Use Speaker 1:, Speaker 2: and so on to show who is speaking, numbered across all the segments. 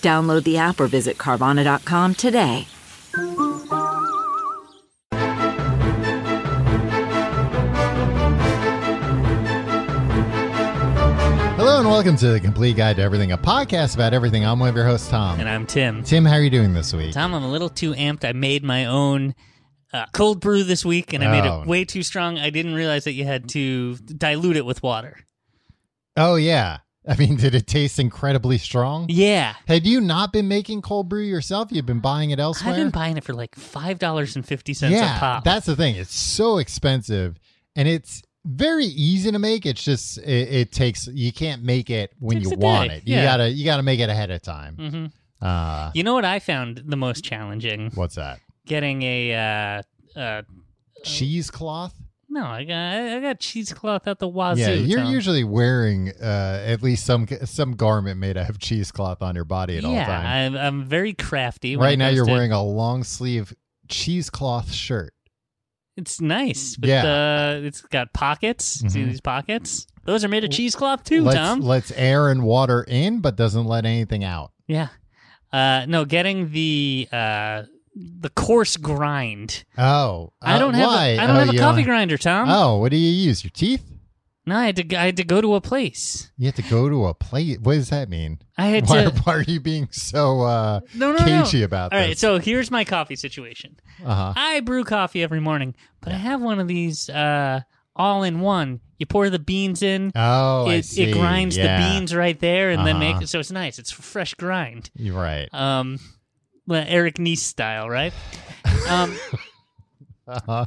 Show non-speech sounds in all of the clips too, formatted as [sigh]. Speaker 1: Download the app or visit Carvana.com today.
Speaker 2: Hello and welcome to the Complete Guide to Everything, a podcast about everything. I'm one of your hosts, Tom.
Speaker 3: And I'm Tim.
Speaker 2: Tim, how are you doing this week?
Speaker 3: Tom, I'm a little too amped. I made my own uh, cold brew this week, and I made
Speaker 2: Oh.
Speaker 3: it way too strong. I didn't realize that you had to dilute it with water.
Speaker 2: Oh yeah. I mean, did it taste incredibly strong?
Speaker 3: Yeah.
Speaker 2: Had you not been making cold brew yourself? You've been buying it elsewhere.
Speaker 3: I've been buying it for like five dollars and fifty cents
Speaker 2: yeah,
Speaker 3: a pop.
Speaker 2: that's the thing. It's so expensive, and it's very easy to make. It's just it, it takes. You can't make it when
Speaker 3: Takes
Speaker 2: you
Speaker 3: a
Speaker 2: want
Speaker 3: day,
Speaker 2: it. You
Speaker 3: yeah.
Speaker 2: gotta you gotta make it ahead of time.
Speaker 3: hmm
Speaker 2: Uh,
Speaker 3: You know what I found the most challenging?
Speaker 2: what's that?
Speaker 3: Getting a uh, uh,
Speaker 2: Cheesecloth.
Speaker 3: no, I got I got cheesecloth out the wazoo.
Speaker 2: Yeah, you're
Speaker 3: Tom.
Speaker 2: usually wearing uh, at least some some garment made out of cheesecloth on your body at all
Speaker 3: yeah.
Speaker 2: times.
Speaker 3: I'm, I'm very crafty. when
Speaker 2: Right
Speaker 3: it
Speaker 2: now,
Speaker 3: comes
Speaker 2: you're
Speaker 3: to-
Speaker 2: wearing a long sleeve cheesecloth shirt.
Speaker 3: It's nice, but
Speaker 2: Yeah.
Speaker 3: uh, it's got pockets. See
Speaker 2: Mhm.
Speaker 3: these pockets? Those are made of cheesecloth too,
Speaker 2: let's,
Speaker 3: Tom.
Speaker 2: Let's air and water in, but doesn't let anything out.
Speaker 3: Yeah. Uh, no, getting the uh, the coarse grind.
Speaker 2: Oh,
Speaker 3: I
Speaker 2: uh,
Speaker 3: don't have
Speaker 2: why?
Speaker 3: A, I don't
Speaker 2: Oh,
Speaker 3: have a
Speaker 2: you
Speaker 3: coffee grinder, Tom.
Speaker 2: Oh, what do you use? Your teeth?
Speaker 3: No, I had to I had to go to a place.
Speaker 2: You have to go to a plate. What does that mean?
Speaker 3: I had
Speaker 2: Why,
Speaker 3: to.
Speaker 2: why are you being so uh,
Speaker 3: No, no, no.
Speaker 2: cagey about
Speaker 3: All
Speaker 2: this?
Speaker 3: right, so here's my coffee situation.
Speaker 2: uh-huh.
Speaker 3: I brew coffee every morning, but I have one of these uh, all in one. You pour the beans in.
Speaker 2: Oh, I
Speaker 3: it,
Speaker 2: see.
Speaker 3: it grinds
Speaker 2: Yeah.
Speaker 3: the beans right there, and then
Speaker 2: Uh-huh.
Speaker 3: make it so it's nice. It's fresh grind.
Speaker 2: You're right.
Speaker 3: Um, well, Eric Nice style, right? Um,
Speaker 2: Uh-huh.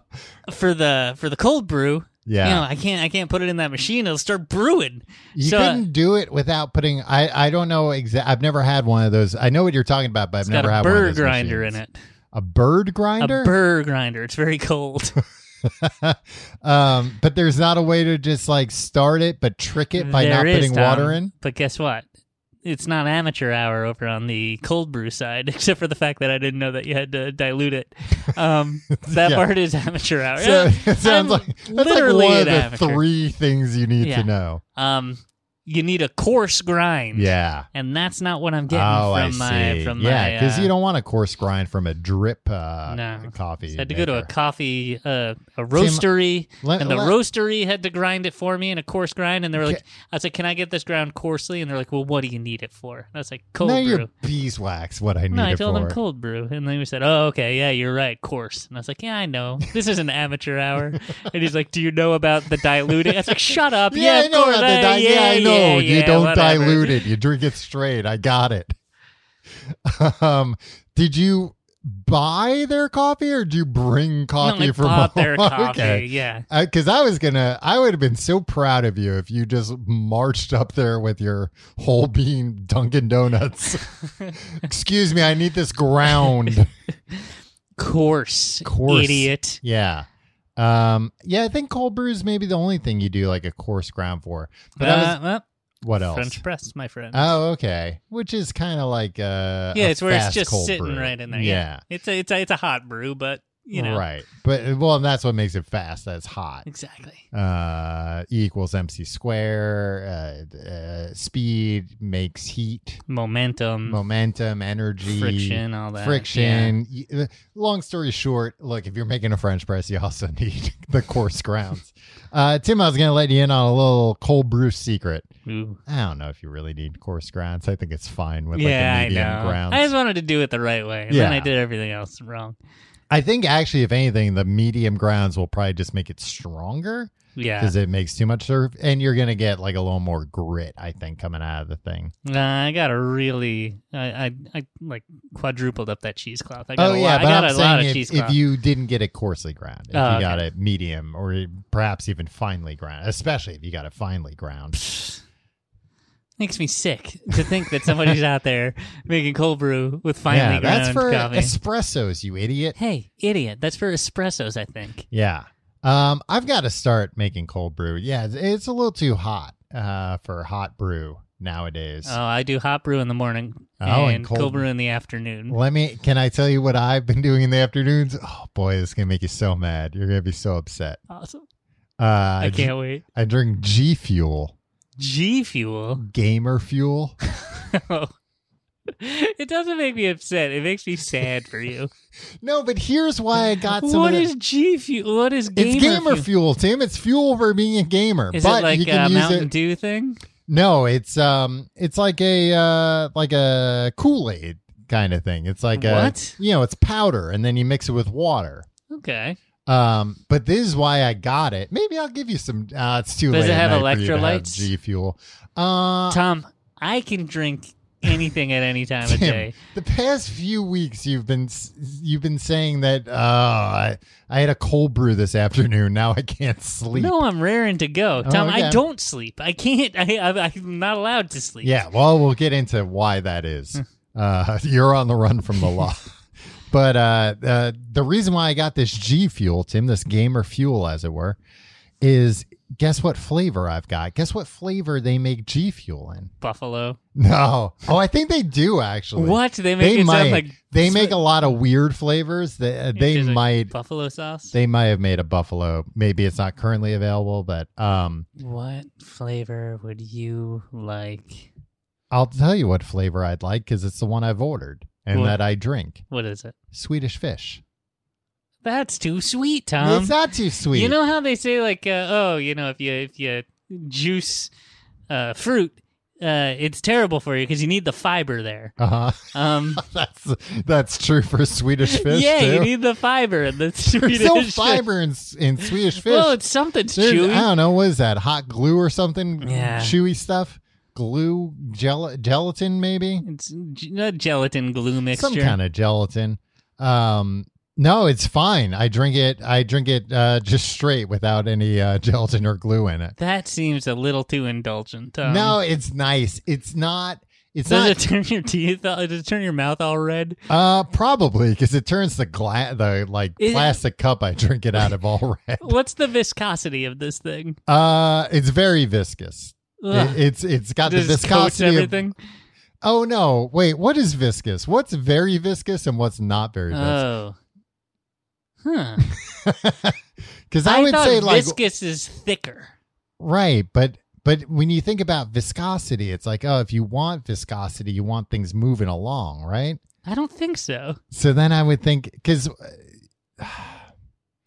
Speaker 3: for the for the cold brew,
Speaker 2: Yeah.
Speaker 3: you know, I can't I can't put it in that machine. It'll start brewing.
Speaker 2: You
Speaker 3: so uh,
Speaker 2: couldn't do it without putting. I I don't know exact. I've never had one of those. I know what you're talking about, but I've
Speaker 3: it's got
Speaker 2: never
Speaker 3: a
Speaker 2: had one
Speaker 3: burr
Speaker 2: of those
Speaker 3: grinder
Speaker 2: machines.
Speaker 3: in it.
Speaker 2: A bird
Speaker 3: A
Speaker 2: grinder.
Speaker 3: burr grinder. It's
Speaker 2: [laughs]
Speaker 3: very cold.
Speaker 2: um, but there's not a way to just like start it, but trick it by not
Speaker 3: There is,
Speaker 2: putting
Speaker 3: Tom,
Speaker 2: water in.
Speaker 3: But guess what? It's not amateur hour over on the cold brew side, [laughs] except for the fact that I didn't know that you had to dilute it. Um,
Speaker 2: [laughs]
Speaker 3: that
Speaker 2: Yeah.
Speaker 3: part is amateur hour.
Speaker 2: So
Speaker 3: Oh, Yeah,
Speaker 2: [laughs] it sounds
Speaker 3: I'm
Speaker 2: like that's like
Speaker 3: literally
Speaker 2: one of
Speaker 3: an
Speaker 2: the
Speaker 3: amateur.
Speaker 2: three things you need
Speaker 3: Yeah.
Speaker 2: to know.
Speaker 3: Um, you need a coarse grind.
Speaker 2: Yeah.
Speaker 3: and that's not what I'm
Speaker 2: Oh,
Speaker 3: getting
Speaker 2: I
Speaker 3: from my
Speaker 2: see.
Speaker 3: from
Speaker 2: yeah,
Speaker 3: my.
Speaker 2: because
Speaker 3: uh,
Speaker 2: you don't want a coarse grind from a drip uh,
Speaker 3: No.
Speaker 2: coffee.
Speaker 3: I had to go to a
Speaker 2: maker.
Speaker 3: coffee, uh, a roastery,
Speaker 2: let-
Speaker 3: and the
Speaker 2: let-
Speaker 3: roastery had to grind it for me in a coarse grind. And they were like, "I was like, can I get this ground coarsely?" And they're like, "Well, what do you need it for?" And I was like, "Cold
Speaker 2: now
Speaker 3: brew."
Speaker 2: your beeswax. What I need
Speaker 3: No, I
Speaker 2: it
Speaker 3: told
Speaker 2: for.
Speaker 3: them cold brew, and they said, "Oh, okay, yeah, you're right, coarse." And I was like, "Yeah, I know. This is an
Speaker 2: [laughs]
Speaker 3: amateur hour." and he's like, "Do you know about the diluting?" I was like, "Shut up, yeah,
Speaker 2: Yeah, I
Speaker 3: of
Speaker 2: know.
Speaker 3: course,
Speaker 2: about
Speaker 3: eh,
Speaker 2: the di- yeah, I know.
Speaker 3: yeah,
Speaker 2: you
Speaker 3: yeah,
Speaker 2: don't
Speaker 3: whatever."
Speaker 2: dilute it. You drink it straight. I got it. [laughs] um, did you buy their coffee or did you bring
Speaker 3: No,
Speaker 2: coffee
Speaker 3: I
Speaker 2: from
Speaker 3: bought
Speaker 2: home?
Speaker 3: their coffee.
Speaker 2: [laughs] okay.
Speaker 3: Yeah,
Speaker 2: Because I was gonna, I would have been so proud of you if you just marched up there with your whole bean Dunkin'
Speaker 3: [laughs]
Speaker 2: Donuts. Excuse me, I need this ground.
Speaker 3: coarse,
Speaker 2: Coarse.
Speaker 3: idiot.
Speaker 2: yeah, um, yeah. I think cold brew is maybe the only thing you do like a coarse ground for. But I was,
Speaker 3: Uh, well,
Speaker 2: what else?
Speaker 3: French press, my friend.
Speaker 2: Oh, okay. Which is kind of like uh,
Speaker 3: yeah,
Speaker 2: a
Speaker 3: it's where it's
Speaker 2: fast
Speaker 3: just
Speaker 2: cold
Speaker 3: sitting
Speaker 2: brew.
Speaker 3: right in there.
Speaker 2: Yeah,
Speaker 3: it's a it's a, it's a hot brew, but you know,
Speaker 2: right. But well, and that's what makes it fast. That's hot.
Speaker 3: exactly.
Speaker 2: Uh, E equals mc square. Uh, uh, speed makes heat,
Speaker 3: Momentum,
Speaker 2: momentum, energy,
Speaker 3: Mm. friction, all that.
Speaker 2: friction. Y- uh, Long story short, look, if you're making a French press, you also [laughs] need the coarse grounds. uh, Tim, I was gonna let you in on a little cold brew secret.
Speaker 3: Yeah, Ooh.
Speaker 2: I don't know if you really need coarse grounds. I think it's fine with
Speaker 3: Yeah,
Speaker 2: like a medium
Speaker 3: I know.
Speaker 2: grounds.
Speaker 3: I just wanted to do it the right way, and then
Speaker 2: Yeah.
Speaker 3: I did everything else wrong.
Speaker 2: I think actually, if anything, the medium grounds will probably just make it stronger
Speaker 3: Yeah,
Speaker 2: because it makes too much surf, and you're gonna get like a little more grit. I think coming out of the thing.
Speaker 3: Nah, Uh, I gotta really, I, I, I like quadrupled up that cheesecloth. I got a lot,
Speaker 2: Oh,
Speaker 3: I
Speaker 2: but
Speaker 3: got
Speaker 2: I'm
Speaker 3: a lot
Speaker 2: saying
Speaker 3: of
Speaker 2: if,
Speaker 3: cheesecloth.
Speaker 2: if you didn't get it coarsely ground, if
Speaker 3: Oh,
Speaker 2: you got
Speaker 3: okay.
Speaker 2: it medium or perhaps even finely ground, especially if you got it finely ground,
Speaker 3: Makes me sick to think
Speaker 2: [laughs]
Speaker 3: that somebody's out there making cold brew with finely
Speaker 2: yeah,
Speaker 3: ground
Speaker 2: that's for
Speaker 3: coffee.
Speaker 2: espressos, you idiot.
Speaker 3: hey, idiot! That's for espressos, I think.
Speaker 2: Yeah. Um, I've got to start making cold brew. Yeah, it's, it's a little too hot uh, for hot brew nowadays.
Speaker 3: Oh, I do hot brew in the morning
Speaker 2: Oh, and
Speaker 3: cold,
Speaker 2: cold-
Speaker 3: brew in the afternoon.
Speaker 2: Let me. Can I tell you what I've been doing in the afternoons? Oh boy, this is gonna make you so mad. You're gonna be so upset.
Speaker 3: Awesome!
Speaker 2: Uh, I,
Speaker 3: I
Speaker 2: dr-
Speaker 3: can't wait.
Speaker 2: I drink G Fuel,
Speaker 3: G fuel.
Speaker 2: gamer fuel. [laughs] Mm.
Speaker 3: [laughs] it doesn't make me upset. It makes me sad
Speaker 2: [laughs]
Speaker 3: for you.
Speaker 2: no, but here's why I got some.
Speaker 3: what
Speaker 2: of the-
Speaker 3: is G fuel? What is gamer
Speaker 2: it's gamer
Speaker 3: fuel?
Speaker 2: fuel, Tim. It's fuel for being a gamer.
Speaker 3: Is
Speaker 2: but
Speaker 3: it like
Speaker 2: you can
Speaker 3: a
Speaker 2: use
Speaker 3: Mountain
Speaker 2: it.
Speaker 3: Dew thing?
Speaker 2: No, it's um, it's like a uh, like a Kool Aid kind of thing. It's like
Speaker 3: What?
Speaker 2: a you know, it's powder, and then you mix it with water.
Speaker 3: Okay.
Speaker 2: Um, but this is why I got it. Maybe I'll give you some. Uh, it's too
Speaker 3: Does
Speaker 2: late.
Speaker 3: it
Speaker 2: at
Speaker 3: have
Speaker 2: night for you to have
Speaker 3: electrolytes?
Speaker 2: G fuel. Uh,
Speaker 3: Tom, I can drink anything at any time of
Speaker 2: Tim,
Speaker 3: day.
Speaker 2: the past few weeks you've been s- you've been saying that. Uh, I, I had a cold brew this afternoon. Now I can't sleep.
Speaker 3: No, I'm raring to go.
Speaker 2: Oh,
Speaker 3: Tom, I
Speaker 2: okay.
Speaker 3: don't sleep. I can't. I, I, I'm not allowed to sleep.
Speaker 2: Yeah, well, we'll get into why that
Speaker 3: Hmm.
Speaker 2: is. uh, [laughs] you're on the run from the law. [laughs] but uh, uh, the reason why I got this G fuel, Tim, this gamer fuel, as it were, is guess what flavor I've got? Guess what flavor they make G fuel in? [laughs]
Speaker 3: Buffalo.
Speaker 2: No. Oh, I think they do actually.
Speaker 3: What? They make
Speaker 2: they
Speaker 3: it
Speaker 2: might.
Speaker 3: sound like
Speaker 2: they make a lot of weird flavors. They uh, they
Speaker 3: Just like
Speaker 2: might
Speaker 3: buffalo sauce.
Speaker 2: they might have made a buffalo. Maybe it's not currently available, but um,
Speaker 3: what flavor would you like?
Speaker 2: I'll tell you what flavor I'd like because it's the one I've ordered and
Speaker 3: What?
Speaker 2: that I drink.
Speaker 3: What is it?
Speaker 2: Swedish fish.
Speaker 3: That's too sweet, Tom.
Speaker 2: it's not too sweet.
Speaker 3: Um, You know how they say like, uh, oh, you know, if you if you juice uh, fruit, uh, it's terrible for you because you need the fiber there.
Speaker 2: uh-huh. [laughs]
Speaker 3: Um,
Speaker 2: that's that's true for
Speaker 3: [laughs]
Speaker 2: Swedish fish.
Speaker 3: yeah,
Speaker 2: too.
Speaker 3: you need the fiber and the
Speaker 2: There's
Speaker 3: Swedish.
Speaker 2: no
Speaker 3: fish.
Speaker 2: fiber in, s- in Swedish fish.
Speaker 3: Well, it's something's
Speaker 2: There's-
Speaker 3: chewy.
Speaker 2: I don't know. What is that? Hot glue or something?
Speaker 3: Yeah.
Speaker 2: Chewy stuff. Glue, gel- gelatin, maybe
Speaker 3: It's g- not gelatin glue mixture.
Speaker 2: some kind of gelatin. Um, no, it's fine. I drink it. I drink it uh, just straight without any uh, gelatin or glue in it.
Speaker 3: that seems a little too indulgent. Tom.
Speaker 2: no, it's nice. It's not. It's
Speaker 3: Um, does
Speaker 2: not
Speaker 3: it turn your teeth? uh, Does it turn your mouth all red?
Speaker 2: Uh, probably because it turns the gla- the like
Speaker 3: Is it-
Speaker 2: plastic cup I drink it out of all red.
Speaker 3: What's the viscosity of this thing?
Speaker 2: Uh, it's very viscous.
Speaker 3: Ugh.
Speaker 2: It, it's it's got
Speaker 3: Does
Speaker 2: the
Speaker 3: it coat
Speaker 2: viscosity. Of,
Speaker 3: everything?
Speaker 2: oh no! Wait, what is viscous? What's very viscous and what's not very viscous?
Speaker 3: oh, huh.
Speaker 2: Because I, would
Speaker 3: thought
Speaker 2: say like
Speaker 3: viscous is thicker.
Speaker 2: right, but but when you think about viscosity, it's like oh, if you want viscosity, you want things moving along, right?
Speaker 3: I don't think so.
Speaker 2: So then I would think because [sighs]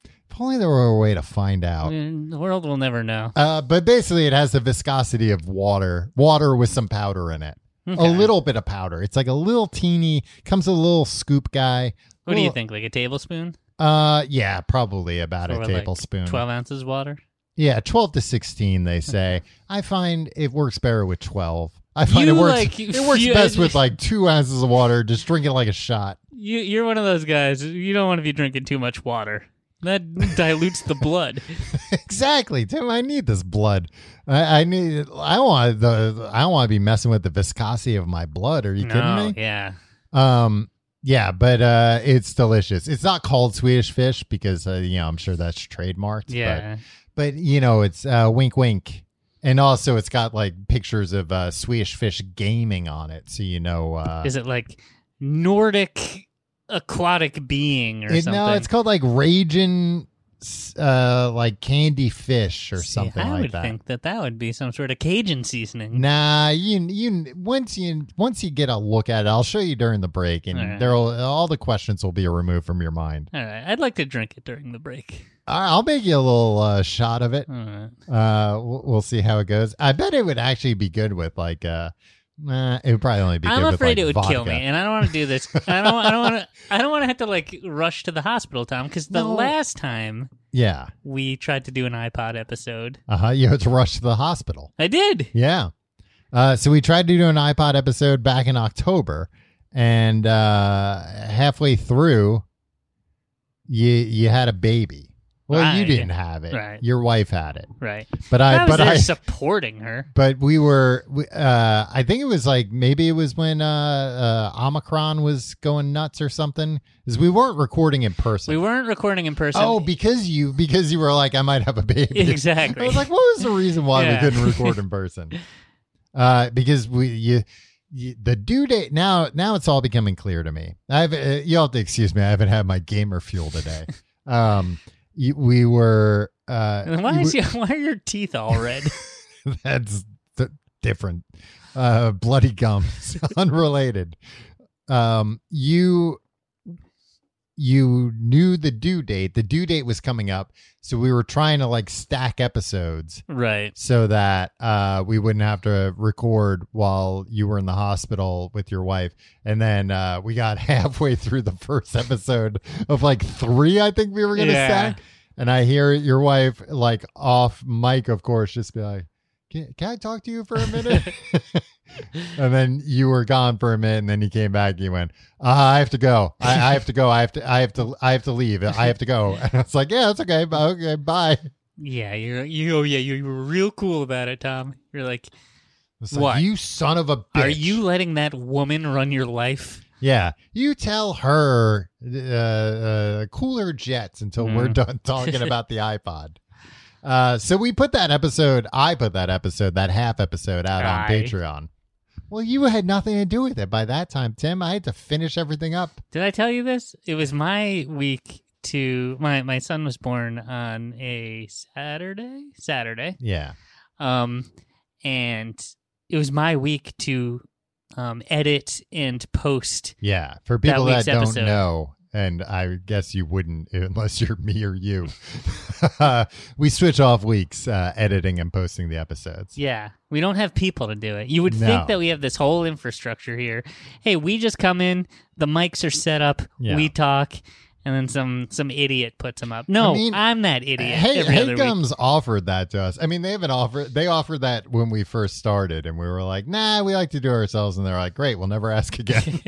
Speaker 2: if only there were a way to find
Speaker 3: I
Speaker 2: out.
Speaker 3: mean, the world will never know.
Speaker 2: Uh, but basically, it has the viscosity of water, water with some powder in it, a
Speaker 3: Okay.
Speaker 2: little bit of powder. It's like a little teeny, comes with a little scoop guy.
Speaker 3: What do you
Speaker 2: Well,
Speaker 3: think? Like a tablespoon?
Speaker 2: Uh, yeah, probably about
Speaker 3: Or
Speaker 2: a
Speaker 3: like
Speaker 2: tablespoon.
Speaker 3: Twelve ounces water.
Speaker 2: Yeah, twelve to sixteen. They say. I find it works better with twelve. I find
Speaker 3: You
Speaker 2: it works.
Speaker 3: like-
Speaker 2: it works
Speaker 3: you-
Speaker 2: best with like two ounces of water. Just drink it like a shot. [laughs]
Speaker 3: You, you're one of those guys. You don't want to be drinking too much water. That [laughs] dilutes the blood.
Speaker 2: exactly, Tim. I need this blood. I, I need. I want the. I don't want to be messing with the viscosity of my blood. Are [laughs] you kidding me?
Speaker 3: no, yeah.
Speaker 2: Um, yeah, but uh, it's delicious. It's not called Swedish fish because uh, you know I'm sure that's trademarked.
Speaker 3: Yeah.
Speaker 2: but, but you know it's uh, wink wink, and also it's got like pictures of uh, Swedish fish gaming on it, so you know. Uh,
Speaker 3: Is it like Nordic aquatic being or
Speaker 2: it-
Speaker 3: something?
Speaker 2: no, it's called like raging, uh, like candy fish or
Speaker 3: See,
Speaker 2: something
Speaker 3: I
Speaker 2: like
Speaker 3: would
Speaker 2: that.
Speaker 3: think that that would be some sort of Cajun seasoning.
Speaker 2: Nah, you you once you once you get a look at it, I'll show you during the break, and
Speaker 3: All right.
Speaker 2: there'll all the questions will be removed from your mind.
Speaker 3: All right. I'd like to drink it during the break.
Speaker 2: I- I'll make you a little uh, shot of it.
Speaker 3: All right.
Speaker 2: Uh, we'll, we'll see how it goes. I bet it would actually be good with like uh, nah, it would probably only be.
Speaker 3: I'm
Speaker 2: good with, like,
Speaker 3: afraid it would kill
Speaker 2: vodka.
Speaker 3: me, and I don't want to do this. I don't. I don't want to. I don't want to have to like rush to the hospital, Tom, because the
Speaker 2: No.
Speaker 3: last time
Speaker 2: Yeah,
Speaker 3: we tried to do an iPod episode,
Speaker 2: uh huh. You have to rush to the hospital.
Speaker 3: I did.
Speaker 2: Yeah. Uh, so we tried to do an iPod episode back in October, and uh, halfway through, you you had a baby. Well, you
Speaker 3: Right.
Speaker 2: didn't have it.
Speaker 3: Right.
Speaker 2: Your wife had it.
Speaker 3: Right.
Speaker 2: But I,
Speaker 3: I was
Speaker 2: but
Speaker 3: there
Speaker 2: I,
Speaker 3: supporting her.
Speaker 2: but we were. we- Uh, I think it was like maybe it was when uh, uh, Omicron was going nuts or something. Is we weren't recording in person.
Speaker 3: We weren't recording in person.
Speaker 2: Oh, because you because you were like, I might have a baby.
Speaker 3: [laughs]
Speaker 2: [laughs]
Speaker 3: Exactly.
Speaker 2: I was like, what was the reason why
Speaker 3: Yeah.
Speaker 2: we couldn't
Speaker 3: [laughs]
Speaker 2: record in person? Uh, because we you, you the due date now now it's all becoming clear to me. I've uh, you'll have to excuse me. I haven't had my gamer fuel
Speaker 3: [laughs]
Speaker 2: today. um, you, we were uh,
Speaker 3: And [laughs] why
Speaker 2: you
Speaker 3: is your- why are your teeth all
Speaker 2: [laughs]
Speaker 3: red?
Speaker 2: were- that's th- different. Uh, bloody [laughs] gums, unrelated. Um, you you knew the due date. The due date was coming up, so we were trying to like stack episodes
Speaker 3: right.
Speaker 2: so that uh, we wouldn't have to record while you were in the hospital with your wife. And then uh, we got [laughs] halfway through the first episode of like three, I think we were going to
Speaker 3: Yeah.
Speaker 2: stack. And I hear your wife, like off mic, of course, just be like, can, can I talk to you for a
Speaker 3: [laughs]
Speaker 2: minute? and then you were gone for a minute, and then you came back. And you went, uh, I have to go. I, I have to go. I have to. I have to. I have to leave. I have to go. [laughs] And I was like, Yeah, that's okay. Bye. Okay, bye.
Speaker 3: Yeah, you're you oh yeah, you were real cool about it, Tom. You're like,
Speaker 2: It's like,
Speaker 3: What?
Speaker 2: you son of a bitch.
Speaker 3: are you letting that woman run your life?
Speaker 2: Yeah, you tell her uh, uh, cooler jets until
Speaker 3: Mm.
Speaker 2: we're done talking about the iPod. Uh, so we put that episode. I put that episode, that half episode, out on
Speaker 3: Aye.
Speaker 2: Patreon. Well, you had nothing to do with it by that time, Tim. I had to finish everything up.
Speaker 3: Did I tell you this? It was my week to my my son was born on a Saturday. Saturday.
Speaker 2: Yeah,
Speaker 3: um, and it was my week to um, edit and post.
Speaker 2: yeah. For people that,
Speaker 3: week's
Speaker 2: don't
Speaker 3: episode.
Speaker 2: know, and I guess you wouldn't [laughs] unless you're me or you. [laughs] uh, we switch off weeks, uh, editing and posting the episodes.
Speaker 3: Yeah, we don't have people to do it. You would
Speaker 2: No.
Speaker 3: think that we have this whole infrastructure here. Hey, we just come in, the mics are set up,
Speaker 2: Yeah.
Speaker 3: we talk, and then some some idiot puts them up. No, I
Speaker 2: I mean,
Speaker 3: am that idiot.
Speaker 2: Hey,
Speaker 3: every
Speaker 2: hey
Speaker 3: other week.
Speaker 2: Gums offered that to us. I mean, they haven't offered. They offered that when we first started, and we were like, "Nah, we like to do it ourselves." And they're like, "Great, we'll never ask
Speaker 3: [laughs]
Speaker 2: again."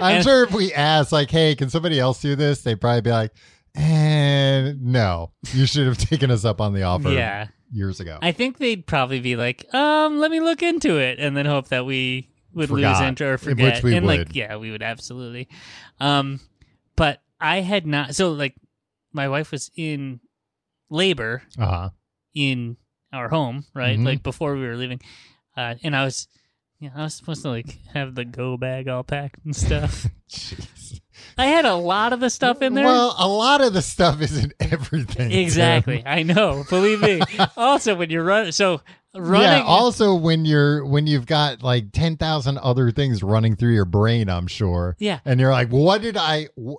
Speaker 2: I'm
Speaker 3: And-
Speaker 2: sure if we asked, like, "Hey, can somebody else do this?" They'd probably be like, "And no, you should have taken us up on the offer
Speaker 3: Yeah,
Speaker 2: years ago."
Speaker 3: I think they'd probably be like, um, let me look into it, and then hope that we would
Speaker 2: Forgot.
Speaker 3: lose intro or
Speaker 2: Which
Speaker 3: forget.
Speaker 2: we
Speaker 3: and like,
Speaker 2: would.
Speaker 3: yeah, we would absolutely. Um, but I had not. So like, my wife was in labor
Speaker 2: Uh huh.
Speaker 3: in our home, right?
Speaker 2: Mhm.
Speaker 3: Like before we were leaving, uh, and I was, you know, I was supposed to like have the go bag all packed and
Speaker 2: [laughs]
Speaker 3: [laughs] stuff.
Speaker 2: Jeez.
Speaker 3: I had a lot of the stuff in there.
Speaker 2: Well, a lot of the stuff isn't everything. Tim. [laughs]
Speaker 3: exactly, I know. Believe me. also, when you're running, so running.
Speaker 2: Yeah. Also, when you're when you've got like ten thousand other things running through your brain, I'm sure.
Speaker 3: Yeah.
Speaker 2: And you're like, what did I? wh-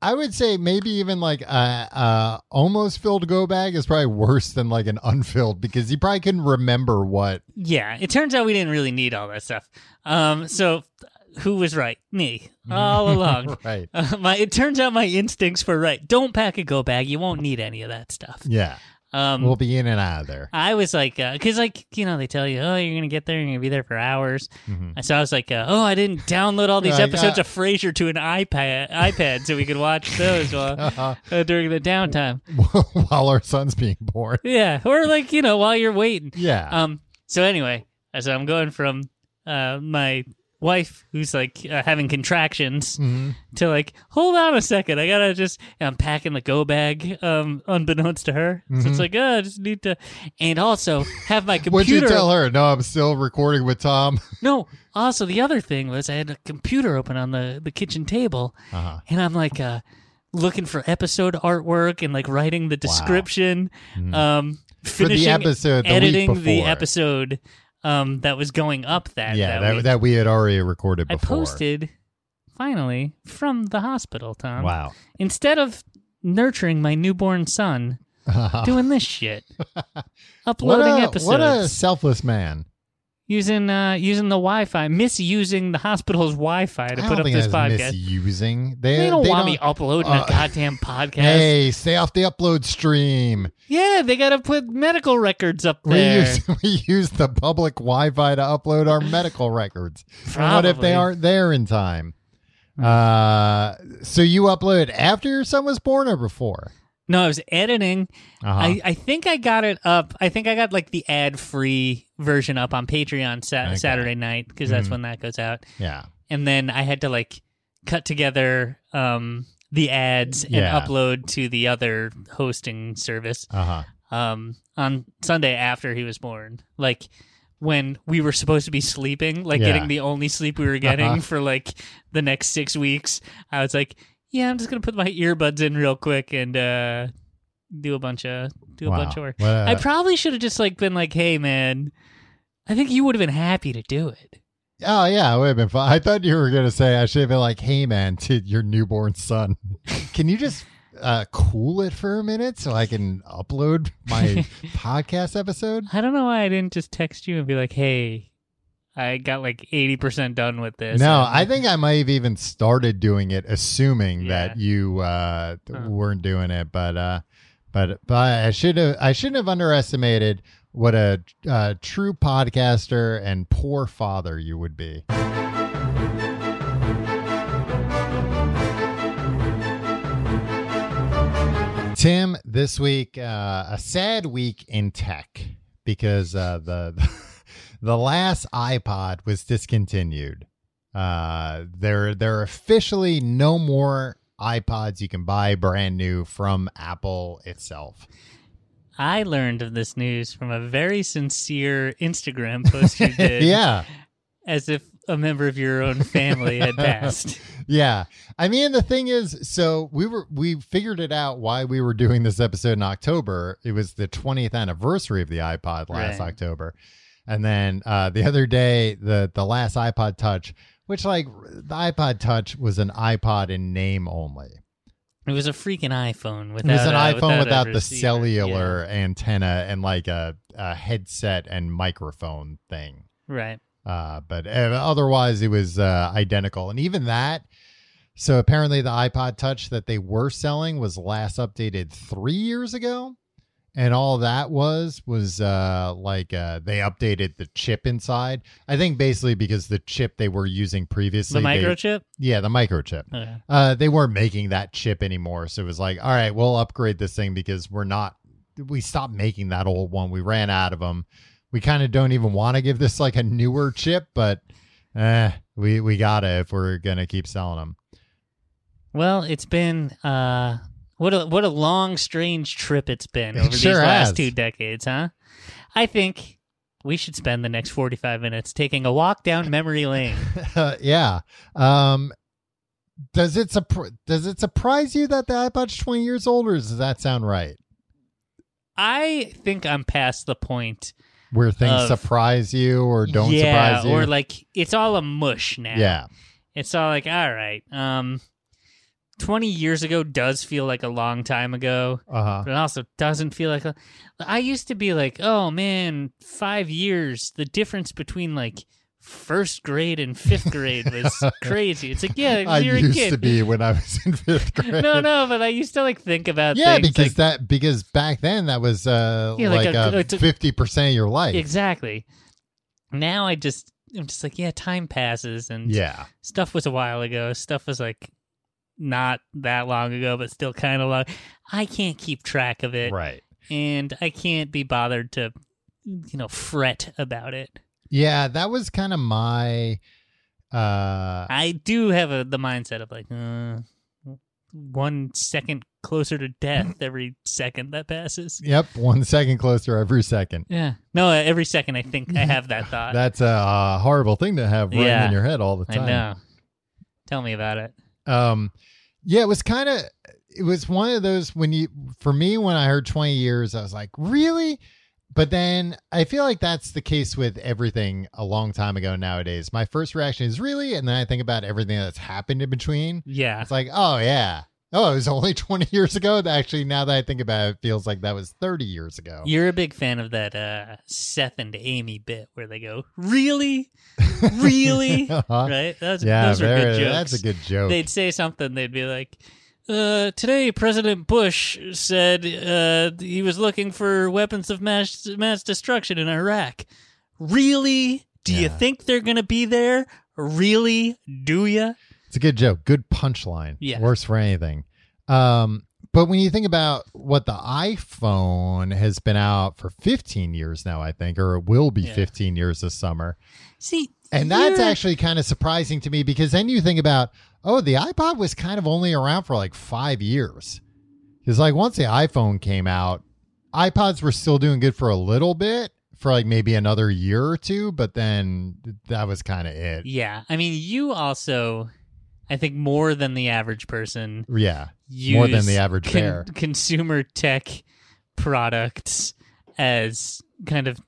Speaker 2: I would say maybe even like a, a almost filled go bag is probably worse than like an unfilled because you probably couldn't remember
Speaker 3: [laughs]
Speaker 2: what.
Speaker 3: Yeah, it turns out we didn't really need all that stuff. Um, so who was right? Me all along.
Speaker 2: Right.
Speaker 3: Uh, my it turns out my instincts were right. Don't pack a go bag. You won't need any of that stuff.
Speaker 2: Yeah.
Speaker 3: Um,
Speaker 2: We'll be in and out of there.
Speaker 3: I was like, because like you know they tell you, oh, you're gonna get there, you're gonna be there for hours.
Speaker 2: Mhm.
Speaker 3: And So I was like, uh, oh, I didn't download all these
Speaker 2: Like,
Speaker 3: episodes
Speaker 2: uh,
Speaker 3: of Frasier to an iPad, iPad, so we could watch those while,
Speaker 2: Uh,
Speaker 3: uh, during the downtime.
Speaker 2: [laughs] while our son's being born.
Speaker 3: Yeah, or like you know while you're waiting.
Speaker 2: Yeah.
Speaker 3: Um. So anyway, so I'm going from uh, my wife who's like uh, having contractions
Speaker 2: Mhm.
Speaker 3: to like, hold on a second, I gotta just. And I'm packing the go bag, um, [laughs] unbeknownst to her. So it's like, oh, I just need to, and also have my
Speaker 2: Mm-hmm. [laughs] What'd
Speaker 3: computer.
Speaker 2: you tell her? No, I'm still recording with Tom.
Speaker 3: No. Also, the other thing was I had a computer open on the the kitchen table,
Speaker 2: Uh-huh.
Speaker 3: and I'm like. uh Looking for episode artwork and like writing the description, um,
Speaker 2: Hmm. the
Speaker 3: finishing
Speaker 2: episode the week
Speaker 3: editing the
Speaker 2: before.
Speaker 3: episode um, that was going up that
Speaker 2: yeah,
Speaker 3: that,
Speaker 2: that,
Speaker 3: week.
Speaker 2: that we had already recorded
Speaker 3: I
Speaker 2: before.
Speaker 3: posted finally from the hospital, Tom.
Speaker 2: Wow.
Speaker 3: Instead of nurturing my
Speaker 2: [laughs]
Speaker 3: newborn son, doing this shit, uploading
Speaker 2: what a,
Speaker 3: episodes,
Speaker 2: What a selfless man.
Speaker 3: using uh, using the Wi-Fi, misusing the hospital's Wi-Fi to
Speaker 2: I
Speaker 3: put
Speaker 2: don't
Speaker 3: up
Speaker 2: think
Speaker 3: this
Speaker 2: that's
Speaker 3: podcast.
Speaker 2: misusing. They,
Speaker 3: they don't
Speaker 2: they
Speaker 3: want me uploading
Speaker 2: uh, [laughs]
Speaker 3: a goddamn podcast.
Speaker 2: Hey, stay off the upload stream.
Speaker 3: Yeah, they got to put medical records up there.
Speaker 2: We use [laughs] we use the public Wi-Fi to upload our medical records. And What if
Speaker 3: Probably.
Speaker 2: they aren't there in time? Uh, so you upload after your son was born or before?
Speaker 3: No, I was editing.
Speaker 2: Uh-huh.
Speaker 3: I, I think I got it up. I think I got like the ad free version up on Patreon sat-
Speaker 2: Okay. Mm-hmm.
Speaker 3: Saturday night because that's when that goes out.
Speaker 2: yeah.
Speaker 3: And then I had to like cut together um, the ads and
Speaker 2: Yeah.
Speaker 3: upload to the other hosting service
Speaker 2: Uh huh.
Speaker 3: um, on Sunday after he was born. Like when we were supposed to be sleeping, like
Speaker 2: Yeah.
Speaker 3: getting the only sleep we were getting
Speaker 2: Uh-huh.
Speaker 3: for like the next six weeks, I was like, yeah, I'm just gonna put my earbuds in real quick and uh, do a bunch of do a
Speaker 2: Wow.
Speaker 3: bunch of work.
Speaker 2: What a-
Speaker 3: I probably should have just like been like, hey man, I think you would have been happy to do it.
Speaker 2: Oh yeah, it would have been fun. I thought you were gonna say I should have been like, "Hey man, to your newborn son, [laughs] can you just uh, cool it for a minute so I can upload
Speaker 3: [laughs]
Speaker 2: my podcast episode?"
Speaker 3: I don't know why I didn't just text you and be like, hey. I got like eighty percent done with this.
Speaker 2: No,
Speaker 3: And-
Speaker 2: I think I might have even started doing it, assuming
Speaker 3: Yeah.
Speaker 2: that you uh, th-
Speaker 3: Huh.
Speaker 2: weren't doing it. But uh, but but I should have I shouldn't have underestimated what a uh, true podcaster and poor father you would be. Tim, this week uh, a sad week in tech because uh, the [laughs] the last iPod was discontinued. Uh, there there are officially no more iPods you can buy brand new from Apple itself.
Speaker 3: I learned of this news from a very sincere Instagram
Speaker 2: [laughs]
Speaker 3: post you did.
Speaker 2: yeah,
Speaker 3: As if a member of your own family
Speaker 2: [laughs]
Speaker 3: had passed.
Speaker 2: yeah. I mean, the thing is, so we were we figured it out why we were doing this episode in October. It was the 20th anniversary of the iPod last
Speaker 3: Right.
Speaker 2: October, and then uh, the other day, the the last iPod Touch, which like the iPod Touch was an iPod in name only.
Speaker 3: It was a freaking iPhone without
Speaker 2: It was an
Speaker 3: a-
Speaker 2: iPhone
Speaker 3: a
Speaker 2: without, the
Speaker 3: receiver.
Speaker 2: cellular antenna and like a, a headset and microphone thing.
Speaker 3: Yeah. Right.
Speaker 2: Uh, but uh, otherwise, it was uh, identical. And even that, so apparently the iPod Touch that they were selling was last updated three years ago. And all that was was uh, like uh, they updated the chip inside. I think basically because the chip they were using
Speaker 3: The
Speaker 2: previously, they-
Speaker 3: microchip?
Speaker 2: yeah, the microchip
Speaker 3: Okay.
Speaker 2: uh, they weren't making that chip anymore. So it was like, all right, we'll upgrade this thing because we're not, we stopped making that old one. We ran out of them. We kind of don't even want to give this like a newer chip, but eh, we, we got to if we're going to keep selling them.
Speaker 3: Well, it's been uh what a what a long strange trip it's been
Speaker 2: It
Speaker 3: over these
Speaker 2: sure
Speaker 3: last
Speaker 2: has.
Speaker 3: two decades, huh? I think we should spend the next 45 minutes taking a walk down memory lane.
Speaker 2: [laughs] yeah. Um, does it surpri- does it surprise you that the iPod's 20 years old or does that sound right?
Speaker 3: I think I'm past the point
Speaker 2: Where things
Speaker 3: Of-
Speaker 2: surprise you or don't
Speaker 3: yeah,
Speaker 2: surprise you?
Speaker 3: or like it's all a mush now.
Speaker 2: yeah.
Speaker 3: it's all like all right. Um, twenty years ago does feel like a long time ago,
Speaker 2: Uh-huh.
Speaker 3: but it also doesn't feel like. A, I used to be like, oh man, five years. The difference between like first grade and fifth grade
Speaker 2: [laughs]
Speaker 3: was crazy. It's like yeah,
Speaker 2: I
Speaker 3: you're a
Speaker 2: used
Speaker 3: kid.
Speaker 2: to be when I was in fifth grade.
Speaker 3: [laughs] No, no, but I used to like think about
Speaker 2: yeah
Speaker 3: things,
Speaker 2: because
Speaker 3: like-
Speaker 2: that because back then that was uh
Speaker 3: Yeah, like
Speaker 2: like,
Speaker 3: a-
Speaker 2: uh
Speaker 3: it's a-
Speaker 2: 50% of your life
Speaker 3: exactly. Now I just I'm just like yeah, time passes and
Speaker 2: yeah
Speaker 3: stuff was a while ago. Stuff was like not that long ago, but still kind of long. I can't keep track of it,
Speaker 2: right
Speaker 3: and I can't be bothered to, you know, fret about it.
Speaker 2: yeah that was kind of my uh
Speaker 3: I do have a, the mindset of like uh, one second closer to
Speaker 2: [laughs]
Speaker 3: death every second that passes.
Speaker 2: yep one second closer every second
Speaker 3: Yeah, no, every second I think I
Speaker 2: [laughs]
Speaker 3: have that thought.
Speaker 2: that's a, uh horrible thing to have running
Speaker 3: Yeah.
Speaker 2: in your head all the
Speaker 3: I
Speaker 2: time
Speaker 3: know. Tell me about it.
Speaker 2: um yeah it was kind of it was one of those when you for me when i heard 20 years i was like really but then i feel like that's the case with everything a long time ago nowadays my first reaction is really and then i think about everything that's happened in between
Speaker 3: Yeah,
Speaker 2: it's like oh yeah oh it was only [laughs] 20 years ago actually now that i think about it, it feels like that was 30 years ago
Speaker 3: You're a big fan of that uh, Seth and Amy bit where they go, "Really,
Speaker 2: [laughs] [laughs]
Speaker 3: really?"
Speaker 2: Uh-huh.
Speaker 3: Right? That's,
Speaker 2: yeah
Speaker 3: those are good
Speaker 2: very-
Speaker 3: jokes.
Speaker 2: that's a good joke
Speaker 3: They'd say something. They'd be like, uh, "Today, President Bush said uh, he was looking for weapons of mass mass destruction in Iraq. Really? Do you
Speaker 2: Yeah.
Speaker 3: think they're gonna be there? Really? Do you?
Speaker 2: It's a good joke. Good punchline.
Speaker 3: Yeah.
Speaker 2: Worse for anything. Um, But when you think about what the iPhone has been out for 15 years now, I think, or it will be
Speaker 3: Yeah.
Speaker 2: 15 years this summer.
Speaker 3: See,
Speaker 2: And that's
Speaker 3: you're-
Speaker 2: actually kind of surprising to me because then you think about, oh, the iPod was kind of only around for like five years. Because like once the iPhone came out, iPods were still doing good for a little bit for like maybe another year or two, but then that was kind of it.
Speaker 3: Yeah, I mean, you also, I think, more than the average person,
Speaker 2: Yeah.
Speaker 3: use
Speaker 2: More than the average bear.
Speaker 3: consumer tech products as kind of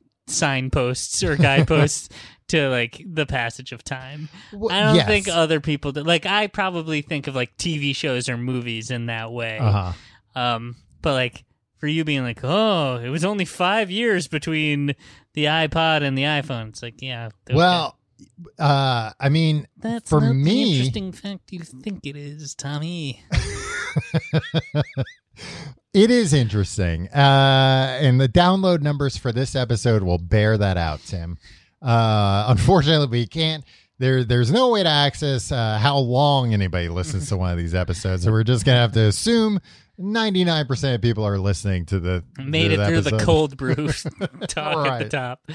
Speaker 2: [laughs]
Speaker 3: signposts or guideposts to like the passage of time.
Speaker 2: Well,
Speaker 3: I don't
Speaker 2: yes.
Speaker 3: think other people do. Like, I probably think of like TV shows or movies in that way.
Speaker 2: Uh-huh.
Speaker 3: Um, but like for you being like, oh, it was only five years between the iPod and the iPhone. It's like, yeah. okay.
Speaker 2: Well, uh, I mean,
Speaker 3: That's
Speaker 2: for
Speaker 3: not the
Speaker 2: me-
Speaker 3: interesting fact you think it is, Tommy.
Speaker 2: It is interesting. Uh, and the download numbers for this episode will bear that out, Tim. Uh, unfortunately, we can't. There, there's no way to access uh, how long anybody listens to one of these episodes. So we're just going to have to assume 99% of people are listening to the.
Speaker 3: Made
Speaker 2: to
Speaker 3: it through the
Speaker 2: episode.
Speaker 3: cold brew
Speaker 2: [laughs]
Speaker 3: talk at the
Speaker 2: Right.
Speaker 3: top.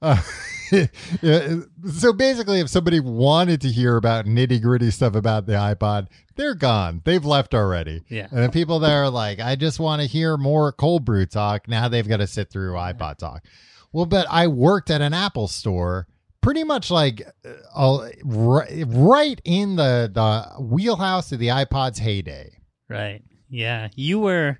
Speaker 2: Uh, [laughs] yeah, so basically, if somebody wanted to hear about nitty gritty stuff about the iPod, they're gone. They've left already.
Speaker 3: Yeah.
Speaker 2: And the people that are like, I just want to hear more cold brew talk, now they've got to sit through iPod talk. Well, but I worked at an Apple store pretty much like uh, all- ri- right in the, the wheelhouse of the iPod's heyday.
Speaker 3: Right. Yeah. You were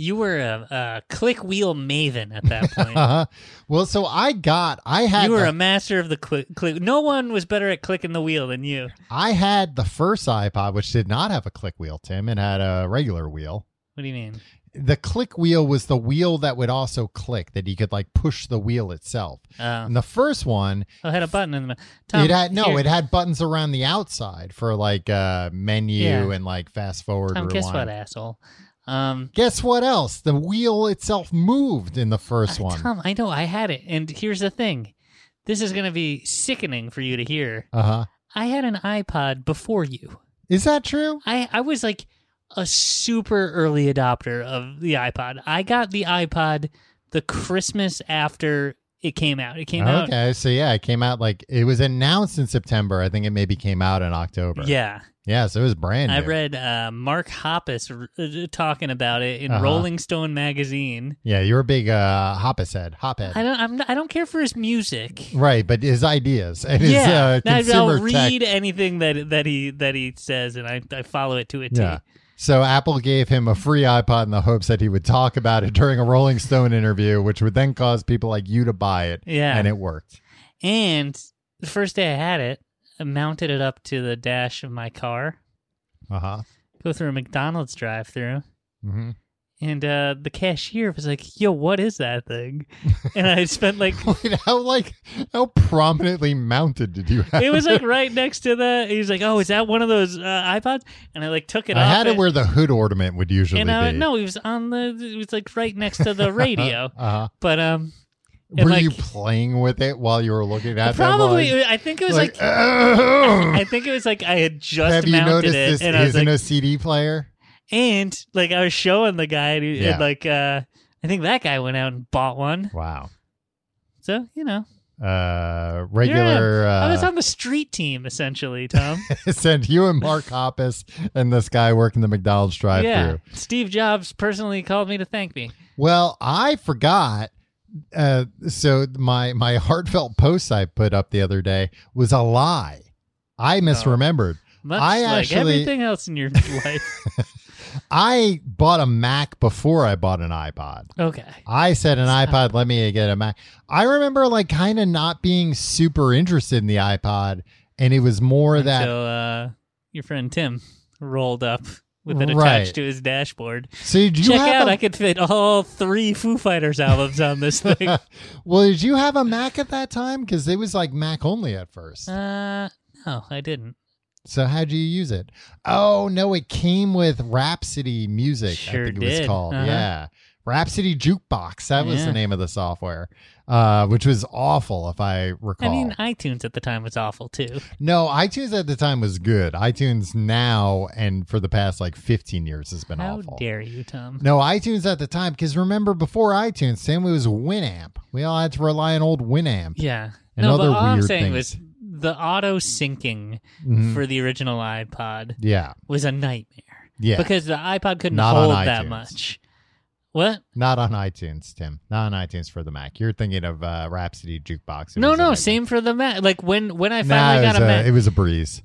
Speaker 3: you were a, a click wheel maven at
Speaker 2: [laughs]
Speaker 3: that point.
Speaker 2: Uh-huh. Well, so I got, I had.
Speaker 3: you were
Speaker 2: the-
Speaker 3: a master of the click, click. No one was better at clicking the wheel than you.
Speaker 2: I had the first iPod, which did not have a click wheel, Tim. It had a regular wheel.
Speaker 3: What do you mean?
Speaker 2: The click wheel was the wheel that would also click, that you could like push the wheel itself.
Speaker 3: Oh,
Speaker 2: And the first one,
Speaker 3: oh, had a button in the middle. Tom,
Speaker 2: it had no,
Speaker 3: here-
Speaker 2: it had buttons around the outside for like uh menu
Speaker 3: Yeah.
Speaker 2: and like fast forward.
Speaker 3: Tom, guess what,
Speaker 2: rewind.
Speaker 3: asshole? Um,
Speaker 2: Guess what else? The wheel itself moved in the first
Speaker 3: uh,
Speaker 2: one.
Speaker 3: Tom, I know I had it, and here's the thing: this is going to be sickening for you to hear.
Speaker 2: Uh huh.
Speaker 3: I had an iPod before you.
Speaker 2: Is that true?
Speaker 3: I I was like a super early adopter of the iPod. I got the iPod the Christmas after it came out. It came out.
Speaker 2: Okay, so yeah, it came out like it was announced in September. I think it maybe came out in October.
Speaker 3: Yeah,
Speaker 2: yeah, so it was brand
Speaker 3: I
Speaker 2: new.
Speaker 3: read uh, Mark Hoppus r- uh, talking about it in
Speaker 2: Uh-huh.
Speaker 3: Rolling Stone magazine.
Speaker 2: Yeah, you're a big uh, hoppus head, hop head.
Speaker 3: I don't. I'm, not- I don't care for his music.
Speaker 2: Right, but his ideas [laughs] and his
Speaker 3: yeah,
Speaker 2: uh,
Speaker 3: Now,
Speaker 2: consumer
Speaker 3: I'll
Speaker 2: tech.
Speaker 3: read anything that that he that he says, and I, I follow it to a T.
Speaker 2: Yeah. So Apple gave him a free iPod in the hopes that he would talk about it [laughs] during a Rolling Stone interview, which would then cause people like you to buy it.
Speaker 3: Yeah.
Speaker 2: and it worked.
Speaker 3: And the first day I had it, I mounted it up to the dash of my car,
Speaker 2: Uh huh.
Speaker 3: go through a McDonald's drive-through,
Speaker 2: hmm
Speaker 3: and uh, the cashier was like, "Yo, what is that
Speaker 2: [laughs]
Speaker 3: thing?" And I spent like.
Speaker 2: [laughs] Wait, how like how prominently mounted did you have?
Speaker 3: It was like right next to the. He was like, "Oh, is that one of those uh, iPods?" And I like took it
Speaker 2: I
Speaker 3: off.
Speaker 2: had it
Speaker 3: and-
Speaker 2: where the hood ornament would usually
Speaker 3: And I,
Speaker 2: be.
Speaker 3: no, it was on the. It was like right next
Speaker 2: [laughs]
Speaker 3: to the radio.
Speaker 2: Uh huh.
Speaker 3: but um, and,
Speaker 2: Were you
Speaker 3: like-
Speaker 2: playing with it while you were looking at
Speaker 3: probably.
Speaker 2: That
Speaker 3: I think it
Speaker 2: while- [laughs]
Speaker 3: was like. I
Speaker 2: like
Speaker 3: think it was like
Speaker 2: [laughs]
Speaker 3: I had just
Speaker 2: have you
Speaker 3: mounted
Speaker 2: noticed
Speaker 3: it,
Speaker 2: this
Speaker 3: and I was
Speaker 2: isn't
Speaker 3: like,
Speaker 2: a CD player?
Speaker 3: and like I was showing the guy, and, he, and,
Speaker 2: Yeah.
Speaker 3: like uh, I think that guy went out and bought one.
Speaker 2: Wow.
Speaker 3: So you know,
Speaker 2: uh
Speaker 3: there I am.
Speaker 2: regular
Speaker 3: I was
Speaker 2: uh
Speaker 3: on the street team essentially, Tom.
Speaker 2: [laughs] send you and Mark Hoppus and this guy working the McDonald's drive through.
Speaker 3: yeah, Steve Jobs personally called me to thank me.
Speaker 2: Well, I forgot uh so my my heartfelt post I put up the other day was a lie.
Speaker 3: Oh.
Speaker 2: I misremembered.
Speaker 3: Much
Speaker 2: I
Speaker 3: like
Speaker 2: actually-
Speaker 3: everything else in your [laughs] life.
Speaker 2: I bought a Mac before I bought an iPod.
Speaker 3: Okay.
Speaker 2: I said an iPod, let me get a Mac. I remember like kind of not being super interested in the iPod and it was more that
Speaker 3: So uh, your friend Tim rolled up with it
Speaker 2: Right.
Speaker 3: attached to his dashboard.
Speaker 2: So did you
Speaker 3: Check
Speaker 2: have
Speaker 3: out,
Speaker 2: a-
Speaker 3: I could fit all three Foo Fighters albums
Speaker 2: [laughs]
Speaker 3: on this thing.
Speaker 2: well, did you have a Mac at that time? Because it was like Mac only at first.
Speaker 3: Uh, no, I didn't.
Speaker 2: So how'd you use it? Oh no, it came with Rhapsody Music.
Speaker 3: Sure
Speaker 2: I think it
Speaker 3: did.
Speaker 2: was called.
Speaker 3: Uh-huh.
Speaker 2: Yeah, Rhapsody Jukebox. That was
Speaker 3: Yeah.
Speaker 2: the name of the software. uh, which was awful if I recall.
Speaker 3: I mean, iTunes at the time was awful too.
Speaker 2: no, iTunes at the time was good. iTunes now and for the past like 15 years has been
Speaker 3: How
Speaker 2: awful.
Speaker 3: dare you, Tom?
Speaker 2: No, iTunes at the time, because remember before iTunes, Sam, it was Winamp. We all had to rely on old Winamp.
Speaker 3: Yeah.
Speaker 2: And
Speaker 3: no,
Speaker 2: other
Speaker 3: but all I'm
Speaker 2: weird
Speaker 3: saying
Speaker 2: things. Mm-hmm.
Speaker 3: was the auto syncing for the original iPod
Speaker 2: Yeah,
Speaker 3: was a nightmare.
Speaker 2: Yeah.
Speaker 3: Because the iPod couldn't
Speaker 2: Not on
Speaker 3: hold that
Speaker 2: iTunes.
Speaker 3: much. What?
Speaker 2: not on iTunes, Tim. Not on iTunes for the Mac. You're thinking of uh, Rhapsody jukebox. It
Speaker 3: No,
Speaker 2: was
Speaker 3: no,
Speaker 2: a-
Speaker 3: same for the Mac. Like when when I
Speaker 2: Nah,
Speaker 3: finally
Speaker 2: it was,
Speaker 3: got a Mac,
Speaker 2: it was a breeze.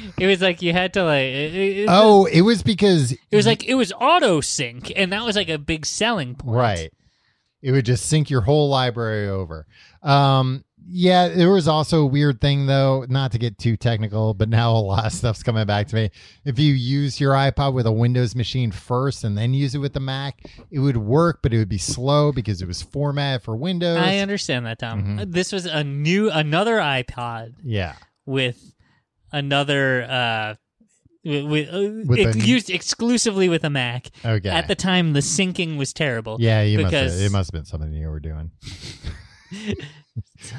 Speaker 3: [laughs] it was like you had to like it, it- it-
Speaker 2: oh, it was
Speaker 3: [laughs]
Speaker 2: because
Speaker 3: it was like it was auto sync and that was like a big selling point.
Speaker 2: Right. It would just sync your whole library over. Um, yeah, there was also a weird thing though, not to get too technical, but now a lot of stuff's coming back to me. If you use your iPod with a Windows machine first and then use it with the Mac, it would work, but it would be slow because it was formatted for Windows.
Speaker 3: I understand that, Tom.
Speaker 2: Mm-hmm.
Speaker 3: This was a new another iPod
Speaker 2: yeah.
Speaker 3: with another uh with, uh,
Speaker 2: With
Speaker 3: ex-
Speaker 2: a-
Speaker 3: used exclusively with a Mac.
Speaker 2: Okay.
Speaker 3: At the time the syncing was terrible.
Speaker 2: Yeah, you must
Speaker 3: because
Speaker 2: have, it must have been something you were doing. [laughs]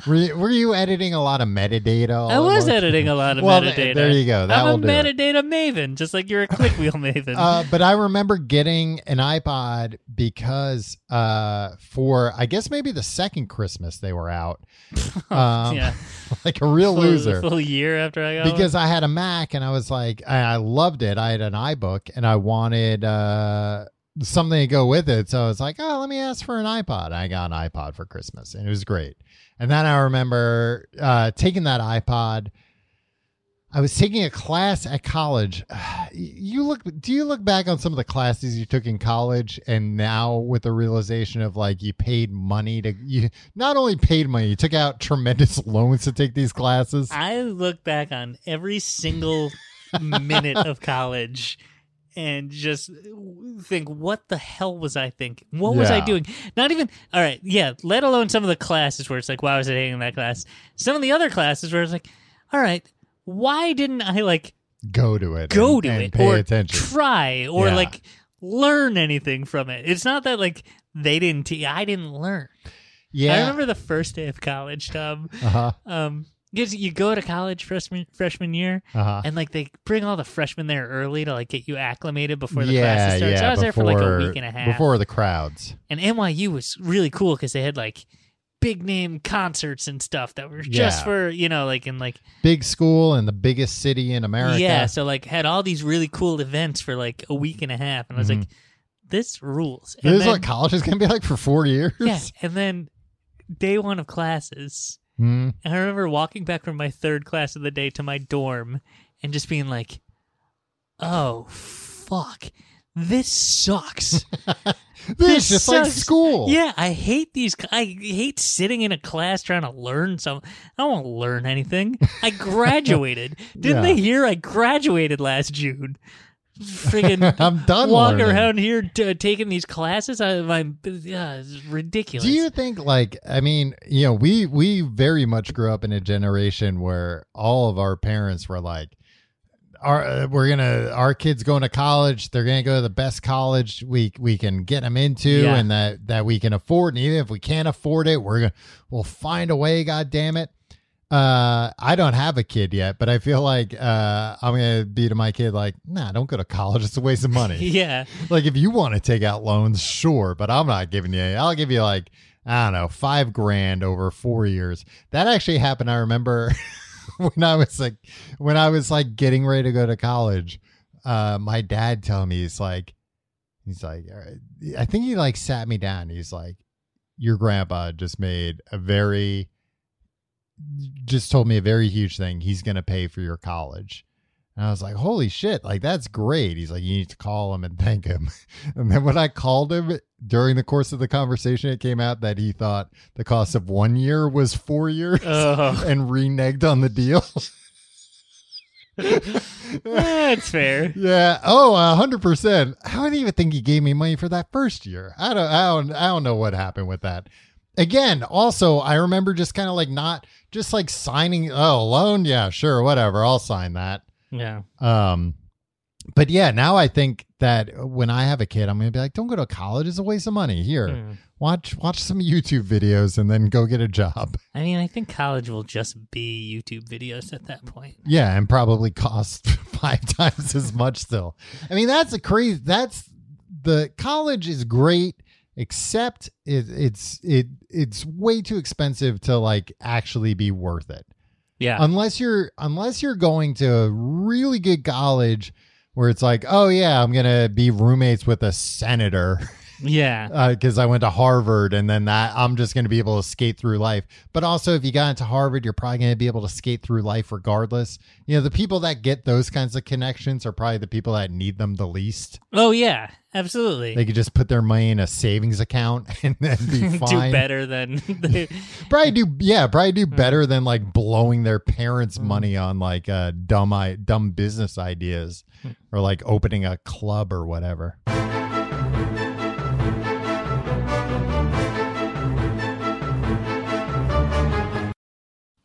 Speaker 2: were, you, were you editing a lot of metadata? all
Speaker 3: I
Speaker 2: at
Speaker 3: was
Speaker 2: once?
Speaker 3: editing a lot of
Speaker 2: Well, th-
Speaker 3: metadata.
Speaker 2: there you go. That will
Speaker 3: I'm a
Speaker 2: do it.
Speaker 3: metadata maven, just like you're a quick wheel
Speaker 2: [laughs]
Speaker 3: maven.
Speaker 2: Uh, but I remember getting an iPod because uh, for I guess maybe the second Christmas they were
Speaker 3: [laughs]
Speaker 2: out, um,
Speaker 3: yeah,
Speaker 2: [laughs] like a real
Speaker 3: full,
Speaker 2: loser.
Speaker 3: Full year after I got one.
Speaker 2: Because I had a Mac and I was like, I I loved it. I had an iBook and I wanted uh, something to go with it. So I was like, oh, let me ask for an iPod. I got an iPod for Christmas and it was great. And then I remember uh, taking that iPod. I was taking a class at college. [sighs] You look, do you look back on some of the classes you took in college and now with the realization of like you paid money to, you not only paid money, you took out tremendous [laughs] loans to take these classes?
Speaker 3: I look back on every single minute of college and just think, what the hell was I thinking? What was I
Speaker 2: Yeah.
Speaker 3: doing? Not even, all right, yeah, let alone some of the classes where it's like, why was I taking that class? Some of the other classes where it's like, all right, why didn't I like
Speaker 2: go to it.
Speaker 3: go
Speaker 2: and-
Speaker 3: to
Speaker 2: and
Speaker 3: it
Speaker 2: Pay
Speaker 3: or
Speaker 2: attention.
Speaker 3: try or
Speaker 2: Yeah.
Speaker 3: like learn anything from it? It's not that like they didn't, te- I didn't learn.
Speaker 2: yeah.
Speaker 3: I remember the first day of college, Tom.
Speaker 2: Uh-huh.
Speaker 3: Um, 'cause you go to college freshman freshman year,
Speaker 2: Uh-huh.
Speaker 3: and like they bring all the freshmen there early to like get you acclimated before the
Speaker 2: yeah,
Speaker 3: classes start.
Speaker 2: yeah.
Speaker 3: so I was
Speaker 2: before,
Speaker 3: there for like a week and a half.
Speaker 2: Before the crowds.
Speaker 3: and NYU was really cool because they had like big name concerts and stuff that were just
Speaker 2: Yeah.
Speaker 3: for you know like in like
Speaker 2: Big school and the biggest city in America.
Speaker 3: yeah. So like had all these really cool events for like a week and a half, and I was like, this rules.
Speaker 2: This
Speaker 3: And
Speaker 2: Mm-hmm. is
Speaker 3: then-
Speaker 2: what college is going to be like for four years.
Speaker 3: [laughs] yeah, and then day one of classes.
Speaker 2: Hmm.
Speaker 3: And I remember walking back from my third class of the day to my dorm and just being like, oh, fuck. This sucks.
Speaker 2: This is just like
Speaker 3: sucks.
Speaker 2: school.
Speaker 3: Yeah, I hate these. cl- I hate sitting in a class trying to learn something. I don't want to learn anything.
Speaker 2: [laughs]
Speaker 3: I graduated. Didn't
Speaker 2: Yeah.
Speaker 3: they hear I graduated last June?
Speaker 2: [laughs]
Speaker 3: Friggin'
Speaker 2: I'm done
Speaker 3: Walking
Speaker 2: learning.
Speaker 3: around here t- taking these classes. I, my, yeah, it's ridiculous.
Speaker 2: Do you think like I mean, you know, we we very much grew up in a generation where all of our parents were like our uh, we're going to our kids going to college, they're going to go to the best college we we can get them into
Speaker 3: Yeah.
Speaker 2: and that that we can afford and even if we can't afford it, we're going to we'll find a way, god damn it. Uh, I don't have a kid yet, but I feel like uh, I'm gonna be to my kid like, nah, don't go to college. It's a waste of
Speaker 3: [laughs]
Speaker 2: money. [laughs]
Speaker 3: [laughs] yeah.
Speaker 2: Like if you want to take out loans, sure, but I'm not giving you. any. I'll give you like I don't know, five grand over four years. That actually happened. I remember [laughs] when I was like when I was like getting ready to go to college. Uh, my dad telling me he's like he's like "All right." I think he like sat me down. He's like, your grandpa just made a very just told me a very huge thing. He's going to pay for your college. And I was like, holy shit, like that's great. He's like, you need to call him and thank him. [laughs] And then when I called him during the course of the conversation, it came out that he thought the cost of one year was four years
Speaker 3: Oh,
Speaker 2: and reneged on the deal. [laughs]
Speaker 3: that's fair.
Speaker 2: yeah. Oh, a hundred percent. I don't even think he gave me money for that first year. I don't, I don't, I don't know what happened with that. Again, also, I remember just kind of like not just like signing. Oh, loan. Yeah, sure. Whatever. I'll sign that.
Speaker 3: Yeah.
Speaker 2: Um, but yeah, now I think that when I have a kid, I'm gonna be like, don't go to college; it's a waste of money. Here, watch watch some YouTube videos and then go get a job.
Speaker 3: I mean, I think college will just be YouTube videos at that point.
Speaker 2: Yeah, and probably cost [laughs] five times as much still. I mean, that's a crazy. That's the college is great, except it, it's it it's way too expensive to like actually be worth it.
Speaker 3: Yeah.
Speaker 2: Unless you're unless you're going to a really good college where it's like, oh yeah, I'm gonna be roommates with a senator
Speaker 3: yeah.
Speaker 2: because uh, I went to Harvard, and then that I'm just going to be able to skate through life. But also, if you got into Harvard, you're probably going to be able to skate through life regardless. You know, the people that get those kinds of connections are probably the people that need them the least.
Speaker 3: Oh yeah, absolutely.
Speaker 2: They could just put their money in a savings account [laughs] and then be fine.
Speaker 3: [laughs] Do better than [laughs] the,
Speaker 2: Probably do, yeah, probably do better than like blowing their parents' money on like uh, dumb, i- dumb business ideas or like opening a club or whatever.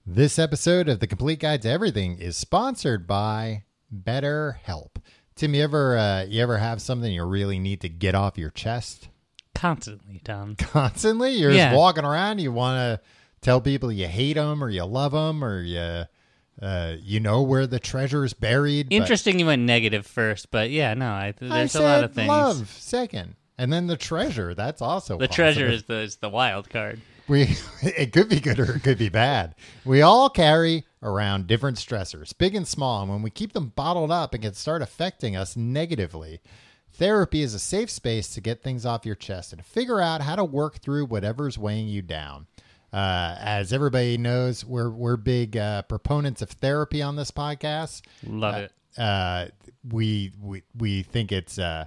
Speaker 2: This episode of The Complete Guide to Everything is sponsored by BetterHelp. Tim, you ever uh, you ever have something you really need to get off your chest
Speaker 3: constantly,
Speaker 2: [laughs]
Speaker 3: Tom.
Speaker 2: constantly? You're
Speaker 3: Yeah.
Speaker 2: just walking around. You want to tell people you hate them or you love them or you uh, you know where the treasure is buried. but
Speaker 3: Interesting, you went negative first, but yeah, no, I,
Speaker 2: I
Speaker 3: there's
Speaker 2: said
Speaker 3: a lot of things.
Speaker 2: love second, and then the treasure. That's also
Speaker 3: The
Speaker 2: positive.
Speaker 3: treasure is the is the wild card.
Speaker 2: We [laughs] it could be good or it could be bad. We all carry around different stressors, big and small, and when we keep them bottled up, it can start affecting us negatively. Therapy is a safe space to get things off your chest and figure out how to work through whatever's weighing you down. Uh, as everybody knows, we're we're big uh, proponents of therapy on this podcast.
Speaker 3: Love it.
Speaker 2: Uh, we we we think it's uh,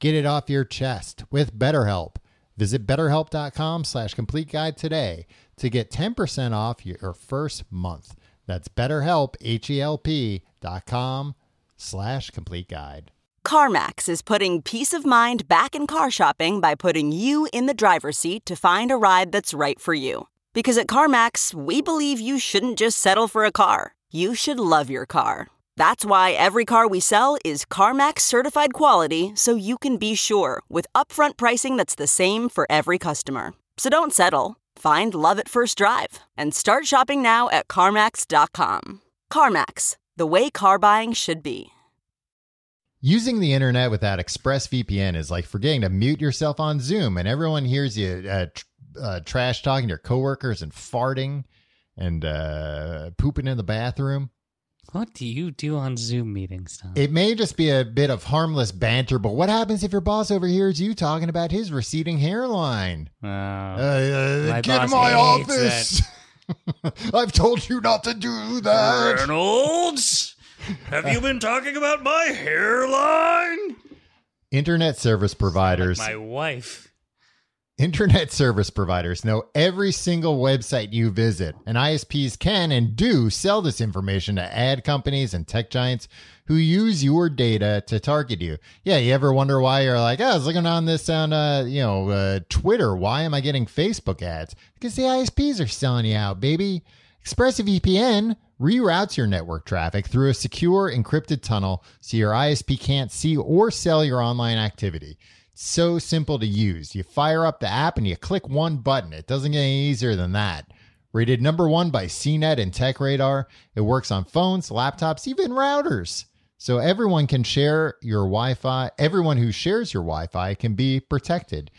Speaker 2: Get it off your chest with BetterHelp. Visit betterhelp.com slash complete guide today to get 10% off your first month. That's betterhelp, H-E-L-P dot com slash complete guide.
Speaker 4: CarMax is putting peace of mind back in car shopping by putting you in the driver's seat to find a ride that's right for you. Because at CarMax, we believe you shouldn't just settle for a car, you should love your car. That's why every car we sell is CarMax certified quality so you can be sure with upfront pricing that's the same for every customer. So don't settle. Find love at first drive and start shopping now at CarMax.com. CarMax, the way car buying should be.
Speaker 2: Using the internet without ExpressVPN is like forgetting to mute yourself on Zoom, and everyone hears you uh, tr- uh, trash talking your coworkers and farting and uh, pooping in the bathroom.
Speaker 3: What do you do on Zoom meetings, Tom?
Speaker 2: It may just be a bit of harmless banter, but what happens if your boss overhears you talking about his receding hairline?
Speaker 3: oh,
Speaker 2: Uh, uh,
Speaker 3: My
Speaker 2: get in
Speaker 3: boss
Speaker 2: my
Speaker 3: hates
Speaker 2: office! [laughs] I've told you not to do that. [laughs]
Speaker 3: [laughs] Reynolds, have you been talking about my hairline?
Speaker 2: Internet service providers.
Speaker 3: My wife.
Speaker 2: Internet service providers know every single website you visit, and ISPs can and do sell this information to ad companies and tech giants who use your data to target you. Yeah, you ever wonder why you're like, oh, I was looking on this on, uh, you know, uh, Twitter. Why am I getting Facebook ads? Because the ISPs are selling you out, baby. ExpressVPN reroutes your network traffic through a secure encrypted tunnel so your ISP can't see or sell your online activity. It's so simple to use. You fire up the app and you click one button. It doesn't get any easier than that. Rated number one by CNET and TechRadar, it works on phones, laptops, even routers. So everyone can share your Wi Fi. Everyone who shares your Wi Fi can be protected.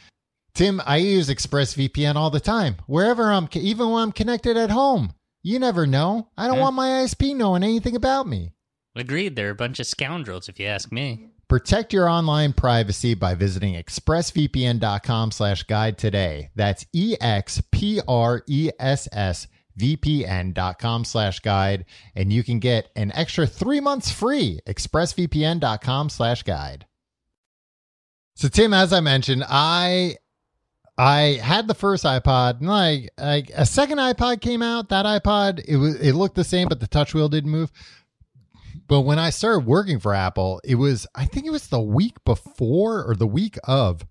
Speaker 2: Tim, I use ExpressVPN all the time. Wherever I'm, even when I'm connected at home, you never know. I don't
Speaker 3: Yeah.
Speaker 2: want my ISP knowing anything about me.
Speaker 3: Agreed. They're a bunch of scoundrels, if you ask me.
Speaker 2: Protect your online privacy by visiting expressvpn.com slash guide today. That's E E-X-P-R-E-S-S VPN.com slash guide. And you can get an extra three months free. ExpressVPN.com slash guide. So Tim, as I mentioned, I I had the first iPod, and like, like a second iPod came out. That iPod it was it looked the same, but the touch wheel didn't move. But when I started working for Apple, it was I think it was the week before or the week of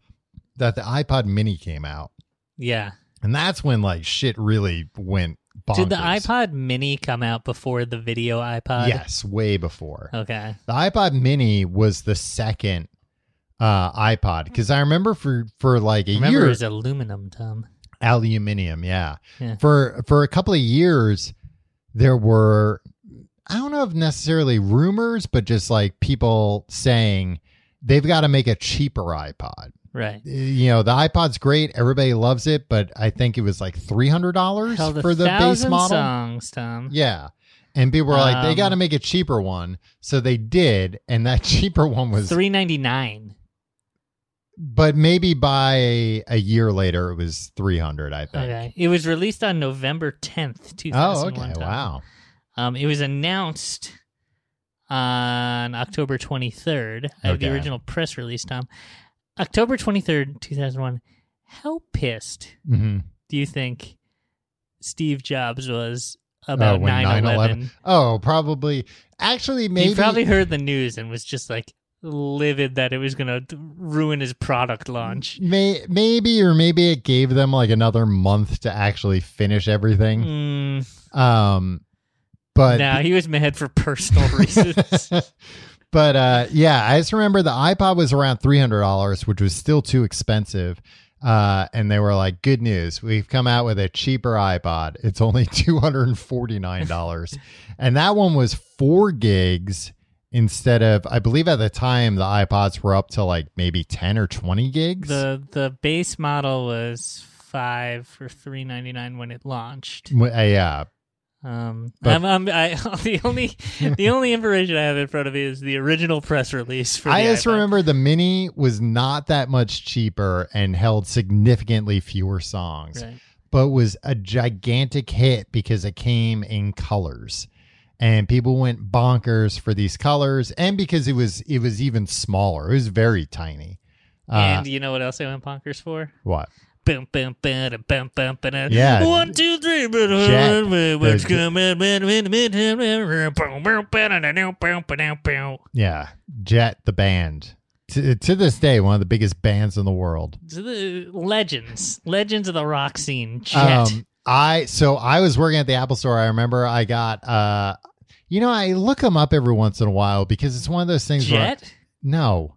Speaker 2: that the iPod Mini came out,
Speaker 3: Yeah.
Speaker 2: and that's when like shit really went. Bonkers.
Speaker 3: Did the iPod Mini come out before the video iPod?
Speaker 2: Yes, way before.
Speaker 3: Okay.
Speaker 2: The iPod Mini was the second uh iPod because I remember for for like a
Speaker 3: Remember,
Speaker 2: year
Speaker 3: it was aluminum, Tom.
Speaker 2: aluminium yeah.
Speaker 3: Yeah.
Speaker 2: for for a couple of years there were i don't know if necessarily rumors but just like people saying they've got to make a cheaper ipod
Speaker 3: Right.
Speaker 2: you know the ipod's great everybody loves it but i think it was like
Speaker 3: Held
Speaker 2: $300
Speaker 3: a
Speaker 2: for the base
Speaker 3: thousand
Speaker 2: model
Speaker 3: songs, Tom.
Speaker 2: yeah and people were like they
Speaker 3: Um,
Speaker 2: got to make a cheaper one so they did and that [laughs] cheaper one was
Speaker 3: three ninety nine.
Speaker 2: but maybe by a year later it was 300 i think
Speaker 3: Okay. It was released on November tenth, two
Speaker 2: oh
Speaker 3: thousand one.
Speaker 2: okay wow
Speaker 3: Um, it was announced on October 23rd. I have the
Speaker 2: Okay.
Speaker 3: original press release, Tom. October 23rd, 2001. How pissed
Speaker 2: hmm
Speaker 3: do you think Steve Jobs was about
Speaker 2: Oh, when
Speaker 3: 9 11?
Speaker 2: 9/11 Oh, probably. Actually, maybe.
Speaker 3: He probably heard the news and was just like livid that it was going to ruin his product launch.
Speaker 2: May, maybe or maybe it gave them like another month to actually finish everything.
Speaker 3: Mm,
Speaker 2: Um, but
Speaker 3: no, he was mad
Speaker 2: [laughs]
Speaker 3: for personal reasons.
Speaker 2: but uh, yeah, I just remember the iPod was around three hundred dollars, which was still too expensive. Uh, and they were like, "Good news, we've come out with a cheaper iPod. It's only [laughs] two hundred and forty nine dollars, and that one was four gigs instead of I believe at the time the iPods were up to like maybe ten or twenty gigs.
Speaker 3: the The base model was five for three ninety nine when it launched.
Speaker 2: W- uh, yeah,
Speaker 3: Um,
Speaker 2: But-
Speaker 3: I'm, I'm, I, [laughs] the only the only information I have in front of me is the original press release. For
Speaker 2: I
Speaker 3: the
Speaker 2: just
Speaker 3: iPod.
Speaker 2: remember the mini was not that much cheaper and held significantly fewer songs.
Speaker 3: Right.
Speaker 2: but was a gigantic hit because it came in colors and people went bonkers for these colors and because it was it was even smaller it was very tiny uh,
Speaker 3: and you know what else I went bonkers for?
Speaker 2: what
Speaker 3: Boom, boom, boom, boom, boom, boom.
Speaker 2: Yeah.
Speaker 3: One, two, three.
Speaker 2: Jack,
Speaker 3: What's
Speaker 2: the-
Speaker 3: coming? To
Speaker 2: yeah jet the band to, to this day one of the biggest bands in the world
Speaker 3: the legends, legends of the rock scene. Jet.
Speaker 2: Um, I so I was working at the Apple Store. I remember I got uh, you know, I look them up every once in a while because it's one of those things. where-
Speaker 3: Jet.
Speaker 2: No,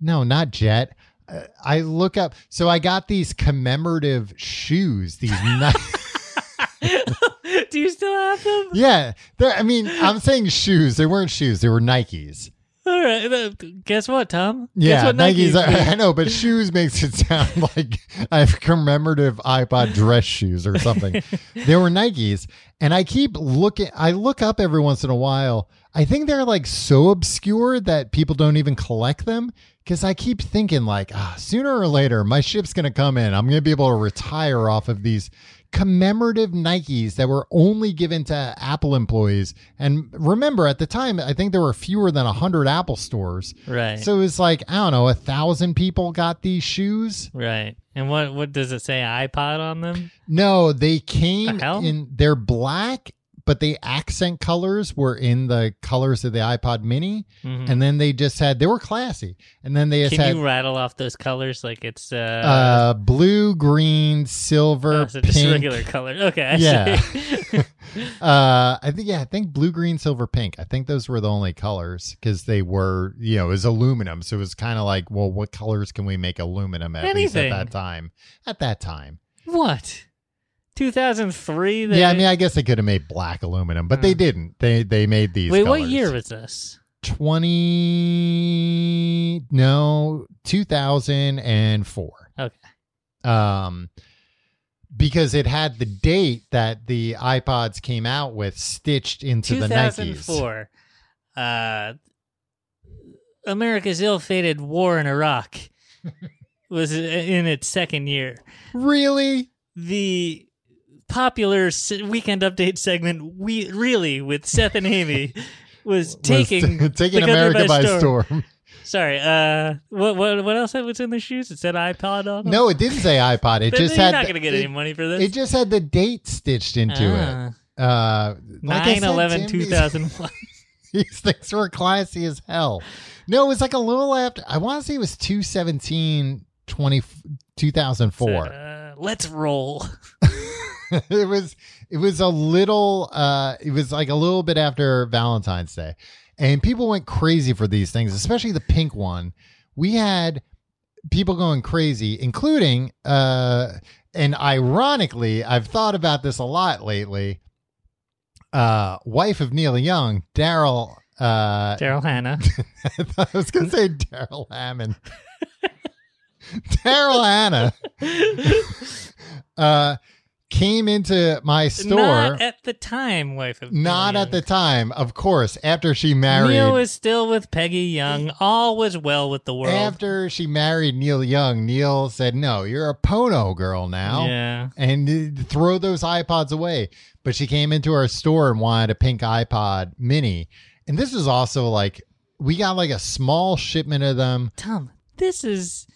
Speaker 2: no, not Jet. Uh, I look up. So I got these commemorative shoes. These, ni- [laughs]
Speaker 3: [laughs] Do you still have them?
Speaker 2: yeah. They're, I mean, I'm saying shoes. They weren't shoes. They were Nikes.
Speaker 3: All right. uh, Guess what, Tom?
Speaker 2: Yeah,
Speaker 3: Guess what
Speaker 2: Nikes. [laughs] are, I know, but shoes makes it sound [laughs] like I have commemorative iPod dress shoes or something. they were Nikes, and I keep looking. I look up every once in a while. I think they're like so obscure that people don't even collect them because I keep thinking like, ah, sooner or later my ship's gonna come in. I'm gonna be able to retire off of these commemorative Nikes that were only given to Apple employees. And remember, at the time, I think there were fewer than hundred Apple stores.
Speaker 3: Right.
Speaker 2: So it was like, I don't know, a thousand people got these shoes.
Speaker 3: Right. And what what does it say iPod on them?
Speaker 2: No, they came
Speaker 3: The hell?
Speaker 2: in, they're black, but the accent colors were in the colors of the iPod mini.
Speaker 3: Mhm.
Speaker 2: And then they just had, they were classy. And then they just
Speaker 3: Can
Speaker 2: had
Speaker 3: you rattle off those colors like it's uh,
Speaker 2: uh, blue, green, silver,
Speaker 3: oh, so
Speaker 2: pink.
Speaker 3: just regular color? Okay, I
Speaker 2: Yeah.
Speaker 3: see. [laughs]
Speaker 2: Uh, I think, yeah, I think blue, green, silver, pink. I think those were the only colors because they were, you know, it was aluminum. So it was kind of like, well, what colors can we make aluminum at least at
Speaker 3: Anything.
Speaker 2: that time? At that time.
Speaker 3: what? 2003
Speaker 2: Yeah, I mean, I guess they could have made black aluminum, but they
Speaker 3: Hmm.
Speaker 2: didn't. They they made these.
Speaker 3: Wait, what
Speaker 2: colors.
Speaker 3: year was this?
Speaker 2: Twenty? No, two thousand and four.
Speaker 3: Okay.
Speaker 2: Um, because it had the date that the iPods came out with stitched into the Nikes.
Speaker 3: 2004. Uh America's ill-fated war in Iraq
Speaker 2: [laughs]
Speaker 3: was in its second year.
Speaker 2: Really?
Speaker 3: the popular se- weekend update segment we
Speaker 2: [laughs]
Speaker 3: really with Seth and Amy was taking
Speaker 2: Was- [laughs] taking
Speaker 3: the country
Speaker 2: America by
Speaker 3: storm.
Speaker 2: storm. [laughs]
Speaker 3: Sorry. Uh, what what what else was in the shoes? It said iPod on them.
Speaker 2: No, it didn't say iPod. It
Speaker 3: Then
Speaker 2: just
Speaker 3: you're
Speaker 2: had
Speaker 3: not
Speaker 2: the-
Speaker 3: going to get
Speaker 2: it,
Speaker 3: any money for this.
Speaker 2: It just had the date stitched into
Speaker 3: Ah.
Speaker 2: it. Uh, like I said,
Speaker 3: 9 11
Speaker 2: Tim,
Speaker 3: 2001.
Speaker 2: [laughs] These, these things were classy as hell. No, it was like a little after. I want to say it was 217 20, 2004.
Speaker 3: Uh, let's roll.
Speaker 2: [laughs] it was it was a little uh it was like a little bit after valentine's day and people went crazy for these things especially the pink one we had people going crazy including uh and ironically i've thought about this a lot lately uh wife of neil young daryl uh
Speaker 3: Daryl Hannah.
Speaker 2: [laughs] I thought I was gonna say Daryl Hammond. [laughs] Daryl Hannah uh, came into my store.
Speaker 3: Not at the time, wife of
Speaker 2: Not
Speaker 3: Neil
Speaker 2: at the
Speaker 3: Young.
Speaker 2: time, of course. After she married,
Speaker 3: Neil was still with Peggy Young. All was well with the world.
Speaker 2: after she married Neil Young, Neil said, "No, you're a Pono girl now."
Speaker 3: Yeah.
Speaker 2: and uh, throw those iPods away. But she came into our store and wanted a pink iPod mini. And this is also like we got like a small shipment of them.
Speaker 3: Tom, this is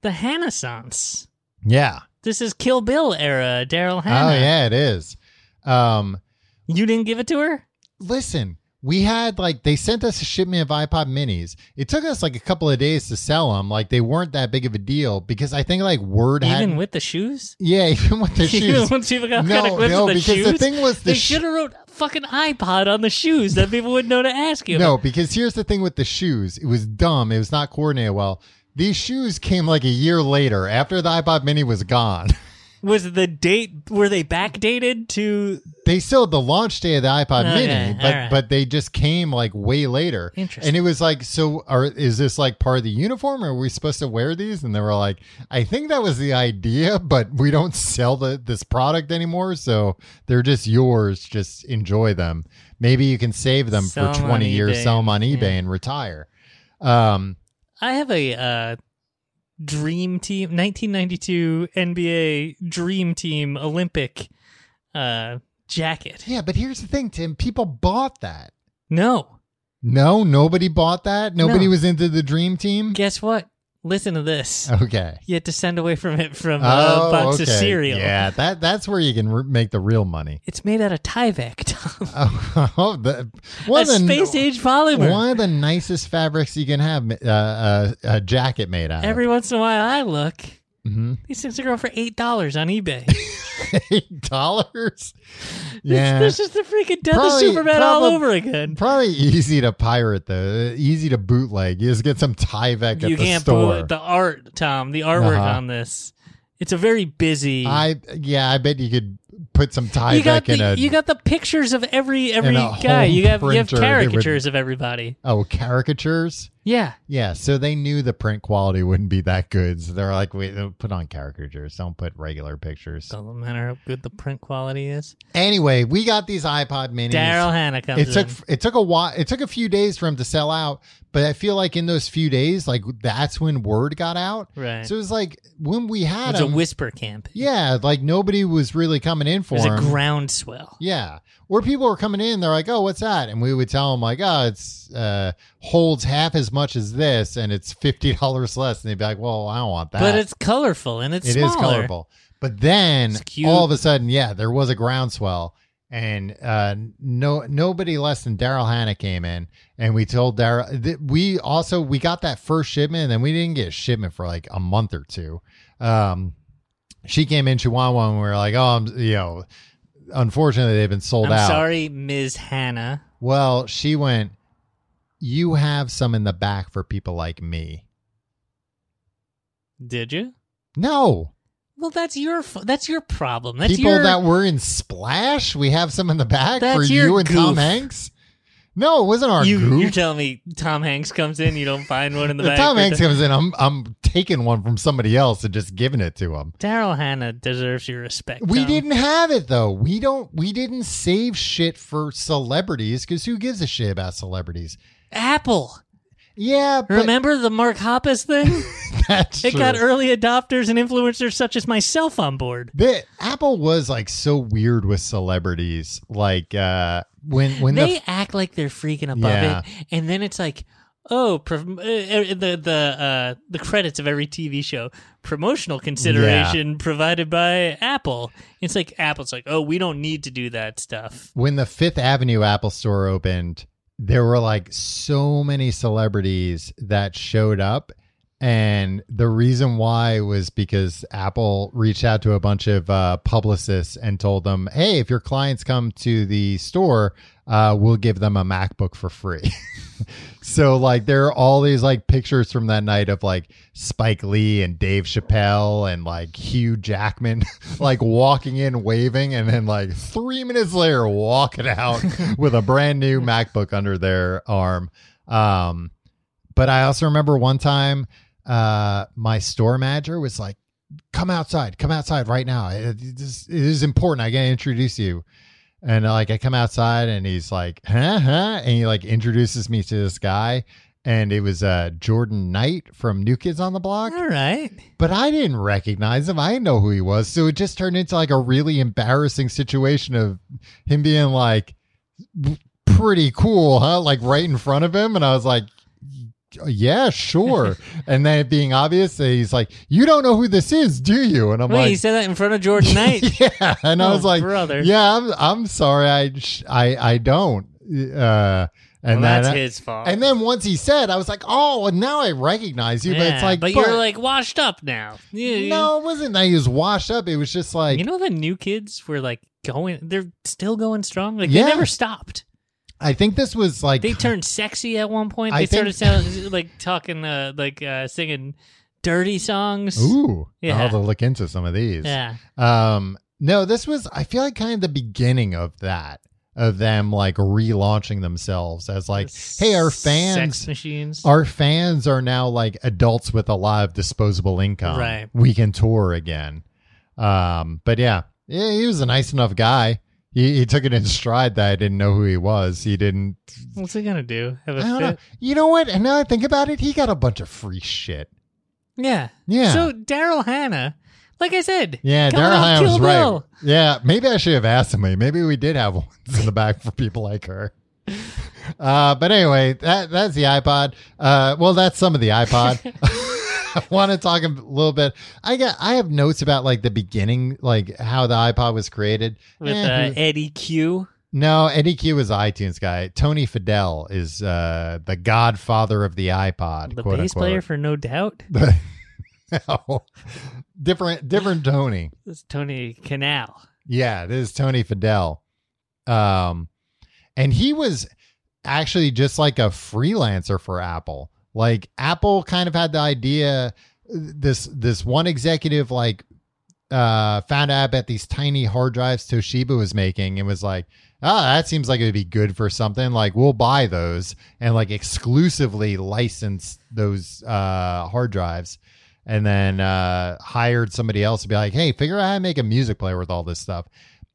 Speaker 3: the Hannah-sance.
Speaker 2: Yeah.
Speaker 3: This is Kill Bill era, Daryl Hannah.
Speaker 2: Oh yeah, it is. Um,
Speaker 3: You didn't give it to her?
Speaker 2: listen, we had like they sent us a shipment of iPod minis. It took us like a couple of days to sell them. Like they weren't that big of a deal because I think like word
Speaker 3: Even
Speaker 2: hadn't.
Speaker 3: with the shoes?
Speaker 2: yeah, [laughs] even with the shoes.
Speaker 3: [laughs] Even once people got,
Speaker 2: No,
Speaker 3: got a glimpse
Speaker 2: no,
Speaker 3: of the
Speaker 2: because
Speaker 3: shoes,
Speaker 2: the thing was the
Speaker 3: they
Speaker 2: sh-
Speaker 3: should have wrote fucking iPod on the shoes. Then people would know to ask you.
Speaker 2: No, because here's the thing with the shoes. It was dumb. It was not coordinated well. These shoes came like a year later after the iPod mini was gone. [laughs]
Speaker 3: Was the date? Were they backdated to?
Speaker 2: they still had the launch day of the iPod
Speaker 3: Okay,
Speaker 2: Mini, but
Speaker 3: alright.
Speaker 2: but they just came like way later.
Speaker 3: Interesting.
Speaker 2: And it was like, so are is this like part of the uniform? Are we supposed to wear these? And they were like, I think that was the idea, but we don't sell the this product anymore, so they're just yours. Just enjoy them. Maybe you can save them
Speaker 3: Sell
Speaker 2: for
Speaker 3: 'em on
Speaker 2: twenty years,
Speaker 3: eBay.
Speaker 2: sell them on eBay,
Speaker 3: Yeah.
Speaker 2: and retire. Um,
Speaker 3: I have a uh, dream team, 1992 NBA dream team Olympic uh, jacket.
Speaker 2: yeah, but here's the thing, Tim. People bought that.
Speaker 3: No,
Speaker 2: No, nobody bought that. Nobody
Speaker 3: No.
Speaker 2: was into the dream team.
Speaker 3: guess what? Listen to this.
Speaker 2: okay.
Speaker 3: You had to send away from it from [laughs] a box of
Speaker 2: Oh, okay.
Speaker 3: cereal.
Speaker 2: Yeah, that that's where you can re- make the real money. [laughs]
Speaker 3: It's made out of Tyvek, Tom.
Speaker 2: Oh, the, one
Speaker 3: A
Speaker 2: of the-
Speaker 3: space age polymer.
Speaker 2: One of the nicest fabrics you can have uh, uh, a jacket made out
Speaker 3: Every once in a while, I look.
Speaker 2: of. Mhm.
Speaker 3: These things are going for eight dollars on eBay.
Speaker 2: [laughs] Eight
Speaker 3: [laughs]
Speaker 2: dollars. [laughs] Yeah,
Speaker 3: this is the freaking death
Speaker 2: Probably-
Speaker 3: of Superman all
Speaker 2: probab-
Speaker 3: over again.
Speaker 2: probably easy to pirate though. Easy to bootleg. You just get some Tyvek at
Speaker 3: you
Speaker 2: the
Speaker 3: can't
Speaker 2: store.
Speaker 3: boot the art, Tom. The artwork
Speaker 2: Uh-huh.
Speaker 3: on this. It's a very busy.
Speaker 2: I yeah, I bet you could put some Tyvek
Speaker 3: you got
Speaker 2: in
Speaker 3: the
Speaker 2: a
Speaker 3: you got the pictures of every every
Speaker 2: a
Speaker 3: guy.
Speaker 2: home
Speaker 3: You have you have
Speaker 2: printer, they would-
Speaker 3: caricatures of everybody.
Speaker 2: oh caricatures.
Speaker 3: Yeah,
Speaker 2: Yeah, so they knew the print quality wouldn't be that good. So they're like, wait, uh, put on caricatures. Don't put regular pictures.
Speaker 3: doesn't matter how good the print quality is.
Speaker 2: Anyway, we got these iPod minis.
Speaker 3: Daryl Hannah comes
Speaker 2: it took
Speaker 3: in.
Speaker 2: it took a while. It took a few days for them to sell out, but I feel like in those few days, like that's when word got out.
Speaker 3: Right.
Speaker 2: So it was like when we
Speaker 3: It
Speaker 2: had
Speaker 3: was a
Speaker 2: 'em,
Speaker 3: whisper camp.
Speaker 2: yeah, like nobody was really coming in for
Speaker 3: It was a
Speaker 2: them.
Speaker 3: groundswell.
Speaker 2: Yeah. Or people were coming in, they're like, oh, what's that? And we would tell them, like, oh, it's uh, holds half as much as this and it's $50 less. And they'd be like, well, I don't want that.
Speaker 3: But it's colorful and it's
Speaker 2: It is
Speaker 3: smaller.
Speaker 2: colorful. But then
Speaker 3: It's cute.
Speaker 2: all of a sudden, yeah, there was a groundswell. And uh, no, nobody less than Daryl Hannah came in, and we told Daryl. Th- we also we got that first shipment, and then we didn't get a shipment for like a month or two. Um, she came in, she wanted one. And we were like, oh, I'm, you know, unfortunately they've been sold
Speaker 3: I'm
Speaker 2: out.
Speaker 3: sorry, Ms. Hannah.
Speaker 2: Well, she went, You have some in the back for people like me.
Speaker 3: Did you?
Speaker 2: No.
Speaker 3: Well, that's your f- that's your problem. That's
Speaker 2: people
Speaker 3: your
Speaker 2: that were in Splash, we have some in the back
Speaker 3: That's
Speaker 2: for
Speaker 3: your
Speaker 2: you and Tom
Speaker 3: goof.
Speaker 2: Hanks. No, it wasn't our
Speaker 3: you
Speaker 2: goof.
Speaker 3: you're telling me Tom Hanks comes in, you don't find one in
Speaker 2: [laughs]
Speaker 3: the
Speaker 2: If
Speaker 3: back.
Speaker 2: Tom
Speaker 3: or
Speaker 2: Hanks
Speaker 3: Da-
Speaker 2: comes in, I'm I'm taking one from somebody else and just giving it to him.
Speaker 3: Daryl Hannah deserves your respect.
Speaker 2: We
Speaker 3: Tom.
Speaker 2: didn't have it though. We don't we didn't save shit for celebrities because who gives a shit about celebrities?
Speaker 3: Apple.
Speaker 2: Yeah, but
Speaker 3: Remember the Mark
Speaker 2: [laughs]
Speaker 3: Hoppus thing?
Speaker 2: that's
Speaker 3: it
Speaker 2: true.
Speaker 3: got early adopters and influencers such as myself on board.
Speaker 2: The Apple was like so weird with celebrities. Like uh when when
Speaker 3: they
Speaker 2: the
Speaker 3: act like they're freaking above
Speaker 2: Yeah.
Speaker 3: it, and then it's like, oh, prom- uh, uh, the the uh, the credits of every TV show promotional consideration provided by Apple. It's like Apple's like, oh, we don't need to do that stuff.
Speaker 2: when the Fifth Avenue Apple store opened, there were like so many celebrities that showed up. And the reason why was because Apple reached out to a bunch of uh, publicists and told them, hey, if your clients come to the store, uh, we'll give them a MacBook for free. so, like, there are all these like pictures from that night of like Spike Lee and Dave Chappelle and like Hugh Jackman, [laughs] like walking in, waving, and then like three minutes later, walking out [laughs] with a brand new MacBook under their arm. Um, but I also remember one time uh, my store manager was like, come outside, come outside right now. It, it is- it is important. I got to introduce you. And like I come outside and he's like, huh, huh? And he like introduces me to this guy. And it was uh, Jordan Knight from New Kids on the Block
Speaker 3: All right.
Speaker 2: but I didn't recognize him. I didn't know who he was. So it just turned into like a really embarrassing situation of him being like, pretty cool, huh? Like right in front of him. And I was like, yeah,
Speaker 3: [laughs]
Speaker 2: sure. and then it being obvious that he's like, you don't know who this is, do you? And I'm
Speaker 3: Wait,
Speaker 2: like,
Speaker 3: he said that in front
Speaker 2: [laughs]
Speaker 3: of Jordan Knight.
Speaker 2: yeah. And I
Speaker 3: Oh,
Speaker 2: was like,
Speaker 3: brother.
Speaker 2: yeah, I'm, I'm sorry. I, sh- I, I don't. Uh, and
Speaker 3: well, that's
Speaker 2: then,
Speaker 3: his fault.
Speaker 2: And then once he said, I was like, oh, and now I recognize you. but it's
Speaker 3: Yeah,
Speaker 2: like,
Speaker 3: but, you're like washed up now. Yeah, you-
Speaker 2: no, it wasn't that he was washed up. It was just like
Speaker 3: you know the new kids were like going. They're still going strong. Like
Speaker 2: Yeah.
Speaker 3: they never stopped.
Speaker 2: I think this was like
Speaker 3: They turned sexy at one point.
Speaker 2: I
Speaker 3: They
Speaker 2: think-
Speaker 3: started sound, [laughs] like talking, uh, like uh, singing dirty songs.
Speaker 2: ooh.
Speaker 3: Yeah.
Speaker 2: I'll have to look into some of these.
Speaker 3: Yeah,
Speaker 2: Um, no, this was I feel like kind of the beginning of that of them like relaunching themselves as like, hey, our fans
Speaker 3: sex machines.
Speaker 2: our fans are now like adults with a lot of disposable income.
Speaker 3: Right.
Speaker 2: We can tour again. Um, but yeah, yeah, he was a nice enough guy. He, he took it in stride that I didn't know who he was. He didn't
Speaker 3: What's he gonna do? Have a
Speaker 2: I don't
Speaker 3: fit?
Speaker 2: know. You know what? And now I think about it, he got a bunch of free shit.
Speaker 3: Yeah,
Speaker 2: Yeah.
Speaker 3: So Daryl Hannah, like I said,
Speaker 2: Yeah,
Speaker 3: coming
Speaker 2: Daryl
Speaker 3: off
Speaker 2: Hannah
Speaker 3: Kill
Speaker 2: was right.
Speaker 3: Bill.
Speaker 2: Yeah, maybe I should have asked him. Maybe we did have [laughs] ones in the back for people like her. Uh, but anyway, that that's the iPod. Uh, well, that's some of the
Speaker 3: [laughs]
Speaker 2: iPod. [laughs] I want to talk a little bit. I got I have notes about like the beginning, like how the iPod was created.
Speaker 3: with
Speaker 2: Eh,
Speaker 3: uh, Eddie Q.
Speaker 2: no, Eddie Q is the iTunes guy. Tony Fidel is uh, the godfather of the iPod.
Speaker 3: The
Speaker 2: quote
Speaker 3: bass
Speaker 2: unquote.
Speaker 3: player for No Doubt
Speaker 2: [laughs] no. different different Tony.
Speaker 3: It's Tony Canal.
Speaker 2: Yeah, this is Tony Fidel. Um and he was actually just like a freelancer for Apple. Like Apple kind of had the idea this this one executive like uh found out about these tiny hard drives Toshiba was making and was like, "Ah, that seems like it would be good for something. Like we'll buy those and like exclusively license those uh hard drives." and then uh, hired somebody else to be like, hey, figure out how to make a music player with all this stuff.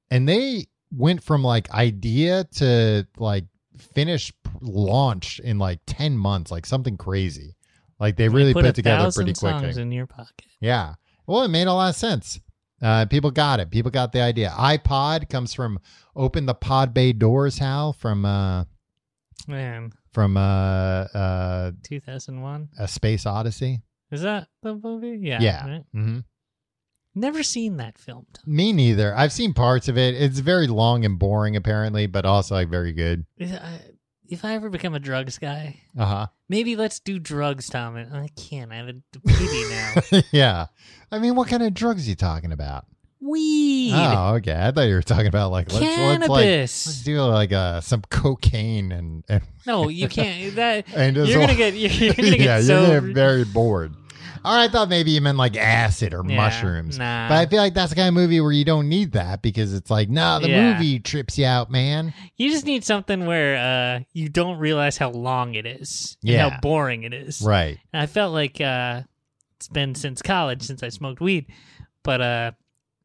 Speaker 2: And they went from like idea to like finished p- launch in like 10 months, like something crazy. Like they really put,
Speaker 3: put a
Speaker 2: it together
Speaker 3: thousand
Speaker 2: pretty eh? quickly.
Speaker 3: songs in your pocket.
Speaker 2: yeah. Well, it made a lot of sense. Uh, people got it. People got the idea. iPod comes from open the pod bay doors, Hal, from uh,
Speaker 3: Man,
Speaker 2: from uh, uh,
Speaker 3: 2001.
Speaker 2: a Space Odyssey.
Speaker 3: Is that the movie? Yeah. right?
Speaker 2: hmm
Speaker 3: Never seen that film. Tom.
Speaker 2: Me neither. I've seen parts of it. It's very long and boring, apparently, but also like very good.
Speaker 3: Is- I- If I ever become a drugs guy,
Speaker 2: Uh
Speaker 3: maybe let's do drugs, Tom. And I can't. I have a PD now.
Speaker 2: [laughs] huh. [laughs] yeah. I mean, what kind of drugs are you talking about?
Speaker 3: Weed.
Speaker 2: Oh, okay. I thought you were talking about like let's let's like
Speaker 3: Cannabis.
Speaker 2: let's do like uh some cocaine and and,
Speaker 3: No, you can't. That
Speaker 2: Ah. [laughs] and just-
Speaker 3: you're gonna get. You're, [laughs]
Speaker 2: [laughs]
Speaker 3: you're gonna get
Speaker 2: yeah,
Speaker 3: so.
Speaker 2: you're gonna get very bored. Or I thought maybe you meant like acid or
Speaker 3: Yeah,
Speaker 2: mushrooms.
Speaker 3: nah.
Speaker 2: But I feel like that's the kind of movie where you don't need that because it's like, nah, the
Speaker 3: Yeah.
Speaker 2: movie trips you out, man.
Speaker 3: You just need something where uh, you don't realize how long it is and
Speaker 2: Yeah.
Speaker 3: how boring it is.
Speaker 2: Right.
Speaker 3: And I felt like uh, it's been since college since I smoked weed, but uh,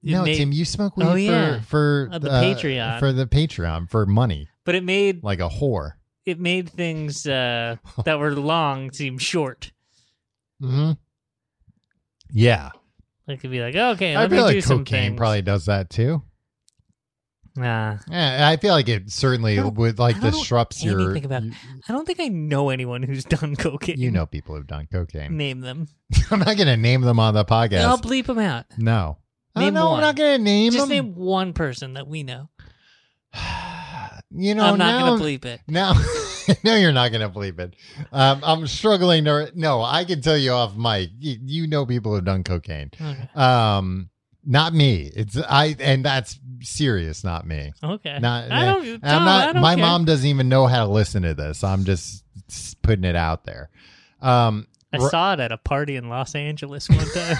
Speaker 3: it
Speaker 2: No,
Speaker 3: made,
Speaker 2: Tim, you smoke weed
Speaker 3: Oh, yeah.
Speaker 2: for for
Speaker 3: Uh, the
Speaker 2: uh,
Speaker 3: Patreon.
Speaker 2: for the Patreon for money,
Speaker 3: but it made
Speaker 2: like a whore.
Speaker 3: it made
Speaker 2: [laughs]
Speaker 3: things uh, that were long seem short.
Speaker 2: Mm-hmm. Yeah,
Speaker 3: Like it'd be like, okay,
Speaker 2: I
Speaker 3: let
Speaker 2: feel
Speaker 3: me
Speaker 2: like
Speaker 3: do
Speaker 2: cocaine
Speaker 3: some things.
Speaker 2: probably does that too.
Speaker 3: Uh,
Speaker 2: Yeah, I feel like it certainly
Speaker 3: don't-
Speaker 2: would like
Speaker 3: I
Speaker 2: the
Speaker 3: don't know
Speaker 2: shrubs your
Speaker 3: anything about-
Speaker 2: you,
Speaker 3: I don't think I know anyone who's [laughs] done cocaine.
Speaker 2: you know people who've done
Speaker 3: [laughs]
Speaker 2: cocaine.
Speaker 3: Name them.
Speaker 2: I'm not gonna name them on the podcast.
Speaker 5: I'll bleep them out.
Speaker 2: no. I
Speaker 5: Name
Speaker 2: know
Speaker 5: one.
Speaker 2: I'm not gonna name
Speaker 5: Just
Speaker 2: them.
Speaker 5: name one person that we know.
Speaker 2: you know,
Speaker 5: I'm not
Speaker 2: now,
Speaker 5: going to bleep it.
Speaker 2: Now, [laughs] no, you're not gonna believe it. Um, I'm struggling to. No, I can tell you off mic. You, you know people who've done cocaine.
Speaker 5: Okay.
Speaker 2: Um, not me. It's I, and that's serious. Not me.
Speaker 5: Okay.
Speaker 2: Not.
Speaker 5: Eh,
Speaker 2: eh,
Speaker 5: I don't,
Speaker 2: I'm
Speaker 5: Tom,
Speaker 2: not.
Speaker 5: I don't
Speaker 2: my
Speaker 5: care.
Speaker 2: mom doesn't even know how to listen to this. I'm just s- putting it out there. Um,
Speaker 3: I
Speaker 2: Ro-
Speaker 3: saw it at a party in Los Angeles
Speaker 2: [laughs]
Speaker 3: one time.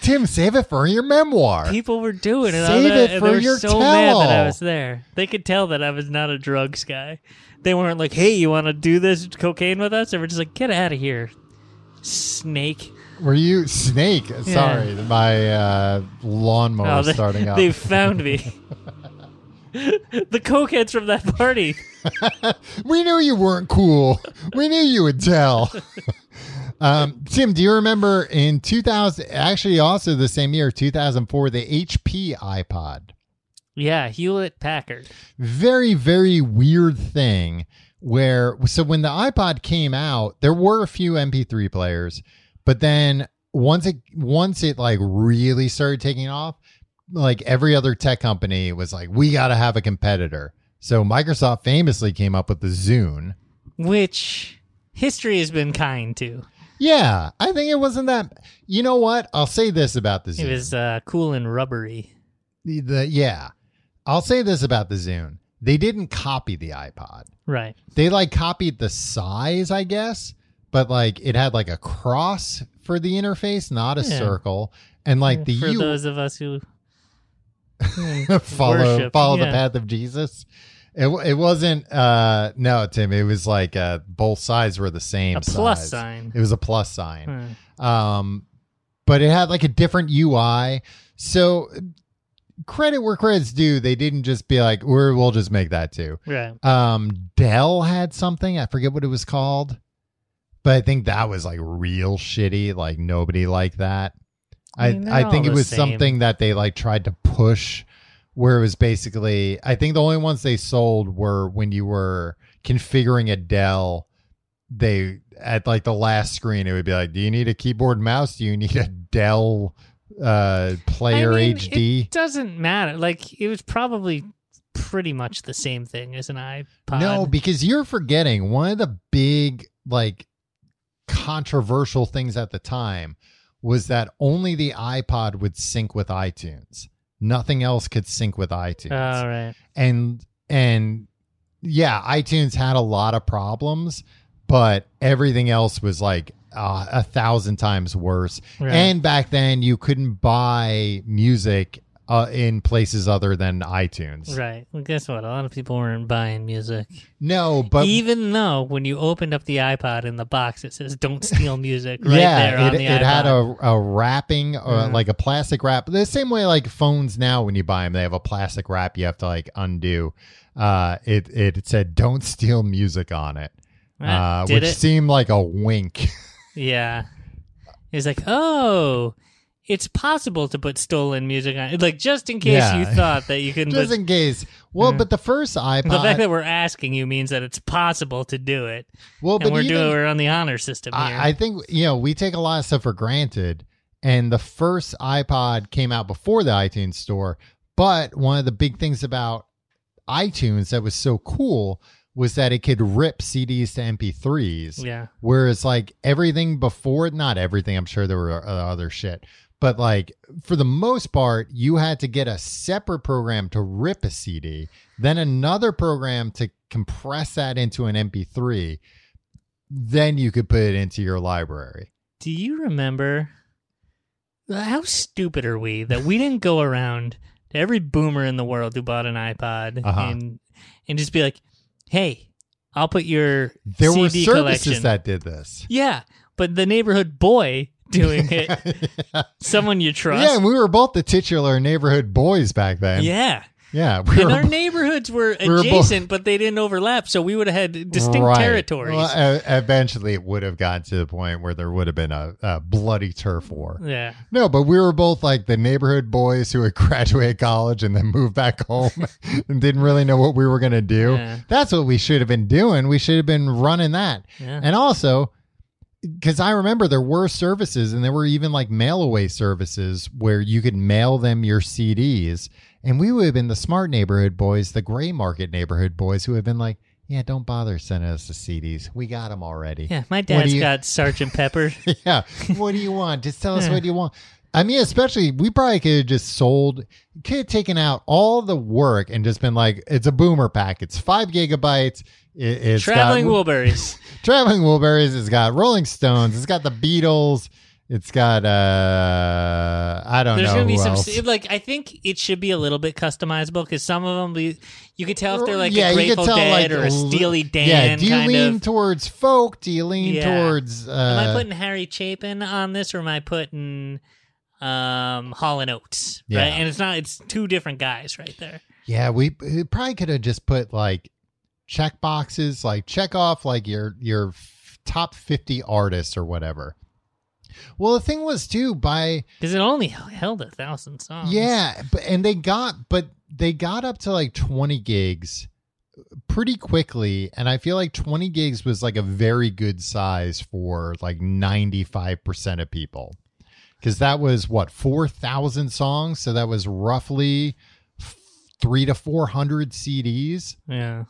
Speaker 2: Tim, save it for your memoir.
Speaker 3: People were doing it.
Speaker 2: Save
Speaker 3: on that,
Speaker 2: it
Speaker 3: and
Speaker 2: for
Speaker 3: they were
Speaker 2: your
Speaker 3: so mad that
Speaker 2: tell-all.
Speaker 3: I was there. They could tell that I was not a drugs guy. They weren't like, "Hey, you want to do this cocaine with us?" They were just like, "Get out of here, snake."
Speaker 2: Were you snake? Sorry, my uh, lawnmower
Speaker 3: Oh,
Speaker 2: is
Speaker 3: [laughs]
Speaker 2: starting up.
Speaker 3: They found
Speaker 2: [laughs]
Speaker 3: me. the cokeheads from that party.
Speaker 2: We knew you weren't cool. We knew you would tell. um, Tim, do you remember in 2000, actually also the same year, 2004, the HP iPod?
Speaker 3: Yeah, Hewlett Packard.
Speaker 2: Very, very weird thing where, so when the iPod came out, there were a few MP3 players, but then once it, once it like really started taking off, like every other tech company was like, we got to have a competitor. So Microsoft famously came up with the Zune.
Speaker 3: which history has been kind to.
Speaker 2: Yeah, I think it wasn't that. You know what? I'll say this about the
Speaker 3: It
Speaker 2: Zune.
Speaker 3: was uh, cool and rubbery.
Speaker 2: The- the- yeah, I'll say this about the Zune. They didn't copy the iPod.
Speaker 3: Right.
Speaker 2: They like copied the size, I guess, but like it had like a cross for the interface, not a
Speaker 3: Yeah. Mm,
Speaker 2: circle, and like the
Speaker 3: For
Speaker 2: U
Speaker 3: those of us who
Speaker 2: [laughs] follow
Speaker 3: worship,
Speaker 2: follow the
Speaker 3: yeah.
Speaker 2: path of Jesus. It, w- it wasn't uh no Tim it was like uh both sides were the same
Speaker 3: a plus
Speaker 2: size.
Speaker 3: sign.
Speaker 2: it was a plus sign
Speaker 3: Hmm.
Speaker 2: um, but it had like a different UI. So credit where credit's due, they didn't just be like, "We're we'll just make that too."
Speaker 3: Right.
Speaker 2: Um, Dell had something I forget what it was called, but I think that was like real shitty. Like nobody liked that. I
Speaker 3: I mean, they're
Speaker 2: I think
Speaker 3: all
Speaker 2: it
Speaker 3: the
Speaker 2: was
Speaker 3: same.
Speaker 2: something that they like tried to push, where it was basically I think the only ones they sold were when you were configuring a Dell. They at like the last screen, it would be like, "Do you need a keyboard and mouse? Do you need a Dell uh Player
Speaker 3: I mean,
Speaker 2: HD?"
Speaker 3: It doesn't matter. Like it was probably pretty much the same thing as an iPod.
Speaker 2: No, because you're forgetting one of the big like controversial things at the time was that only the iPod would sync with iTunes. Nothing else could sync with iTunes.
Speaker 3: All right.
Speaker 2: And and yeah, iTunes had a lot of problems, but everything else was like uh, a thousand times worse.
Speaker 3: Right.
Speaker 2: And back then, you couldn't buy music uh, in places other than iTunes.
Speaker 3: Right. Well, guess what? A lot of people weren't buying music.
Speaker 2: No, but
Speaker 3: Even though when you opened up the iPod in the box, it says "Don't steal music" right there on
Speaker 2: it,
Speaker 3: the
Speaker 2: it
Speaker 3: iPod.
Speaker 2: had a, a wrapping, or
Speaker 3: Mhm.
Speaker 2: like a plastic wrap. The same way, like phones now, when you buy them, they have a plastic wrap you have to like undo. Uh, it it said "Don't steal music" on it,
Speaker 3: Ah,
Speaker 2: uh,
Speaker 3: did
Speaker 2: which
Speaker 3: it?
Speaker 2: seemed like a
Speaker 3: [laughs]
Speaker 2: wink.
Speaker 3: Yeah. It's like, oh, it's possible to put stolen music on. Like, just in case
Speaker 2: Yeah.
Speaker 3: you thought that you
Speaker 2: [laughs]
Speaker 3: can.
Speaker 2: Just
Speaker 3: put,
Speaker 2: in case. Well,
Speaker 3: Mhm.
Speaker 2: but the first iPod.
Speaker 3: [laughs] the fact that we're asking you means that it's possible to do it.
Speaker 2: well,
Speaker 3: and
Speaker 2: but
Speaker 3: we're,
Speaker 2: even,
Speaker 3: doing, we're on the honor system here.
Speaker 2: I, I think you know we take a lot of stuff for granted, and the first iPod came out before the iTunes Store. But one of the big things about iTunes that was so cool was that it could rip CDs to MP3s,
Speaker 3: yeah.
Speaker 2: whereas like everything before, not everything. I'm sure there were uh, other shit, but like for the most part, you had to get a separate program to rip a CD, then another program to compress that into an MP3 then you could put it into your library.
Speaker 3: Do you remember how stupid are we that we didn't go around to every boomer in the world who bought an iPod
Speaker 2: Uh-huh.
Speaker 3: and and just be like, "Hey, I'll put your
Speaker 2: There
Speaker 3: CD
Speaker 2: were services
Speaker 3: collection."
Speaker 2: that did this.
Speaker 3: yeah, but the neighborhood boy doing it,
Speaker 2: [laughs]
Speaker 3: someone you trust.
Speaker 2: Yeah, and we were both the titular neighborhood boys back then.
Speaker 3: Yeah.
Speaker 2: Yeah, we
Speaker 3: and
Speaker 2: were
Speaker 3: our neighborhoods were
Speaker 2: were both-
Speaker 3: adjacent, but they didn't overlap, so we would have had distinct
Speaker 2: Right.
Speaker 3: territories.
Speaker 2: Well, e- eventually, it would have gotten to the point where there would have been a, a bloody turf war.
Speaker 3: yeah.
Speaker 2: No, but we were both like the neighborhood boys [laughs] who had graduated college and then moved back
Speaker 3: [laughs]
Speaker 2: home and didn't really know what we were going to do.
Speaker 3: Yeah.
Speaker 2: That's what we should have been doing. We should have been running that.
Speaker 3: Yeah.
Speaker 2: And also, because I remember there were services and there were even like mail away services where you could mail them your CDs. And we would have been the smart neighborhood boys, the gray market neighborhood boys who have been like, yeah, don't bother sending us the CDs. We got them already.
Speaker 3: Yeah, my
Speaker 2: What do
Speaker 3: dad's
Speaker 2: you-
Speaker 3: got Sergeant Pepper. [laughs]
Speaker 2: yeah. What do you want? Just tell us what you want. I mean, especially we probably could have just sold, could have taken out all the work and just been like, it's a boomer pack. It's five gigabytes. It, [laughs] it's
Speaker 3: Traveling
Speaker 2: got,
Speaker 3: Wilburys.
Speaker 2: traveling Wilburys. It's got Rolling Stones. It's got the Beatles. It's got uh, I don't
Speaker 3: There's
Speaker 2: know
Speaker 3: gonna be
Speaker 2: who
Speaker 3: some
Speaker 2: else.
Speaker 3: like I think it should be a little bit customizable because some of them be, you could tell if they're like
Speaker 2: yeah,
Speaker 3: a
Speaker 2: you could
Speaker 3: Grateful
Speaker 2: tell, like,
Speaker 3: Dead or a
Speaker 2: l-
Speaker 3: Steely Dan
Speaker 2: Yeah, do you
Speaker 3: kind
Speaker 2: lean
Speaker 3: of.
Speaker 2: towards folk? Do you lean
Speaker 3: Yeah.
Speaker 2: towards? Uh,
Speaker 3: am I putting Harry Chapin on this or am I putting um Hall and Oates?
Speaker 2: Yeah.
Speaker 3: Right, and it's not it's two different guys right there.
Speaker 2: Yeah, we, we probably could have just put like check boxes, like check off like your your f- top 50 artists or whatever. Well, the thing was too by
Speaker 3: Because it only held a thousand songs.
Speaker 2: yeah, but, and they got but they got up to like 20 gigs pretty quickly and I feel like 20 gigs was like a very good size for like 95% of people. Cuz that was what 4,000 songs, so that was roughly f- 3 to 400 CDs
Speaker 3: yeah,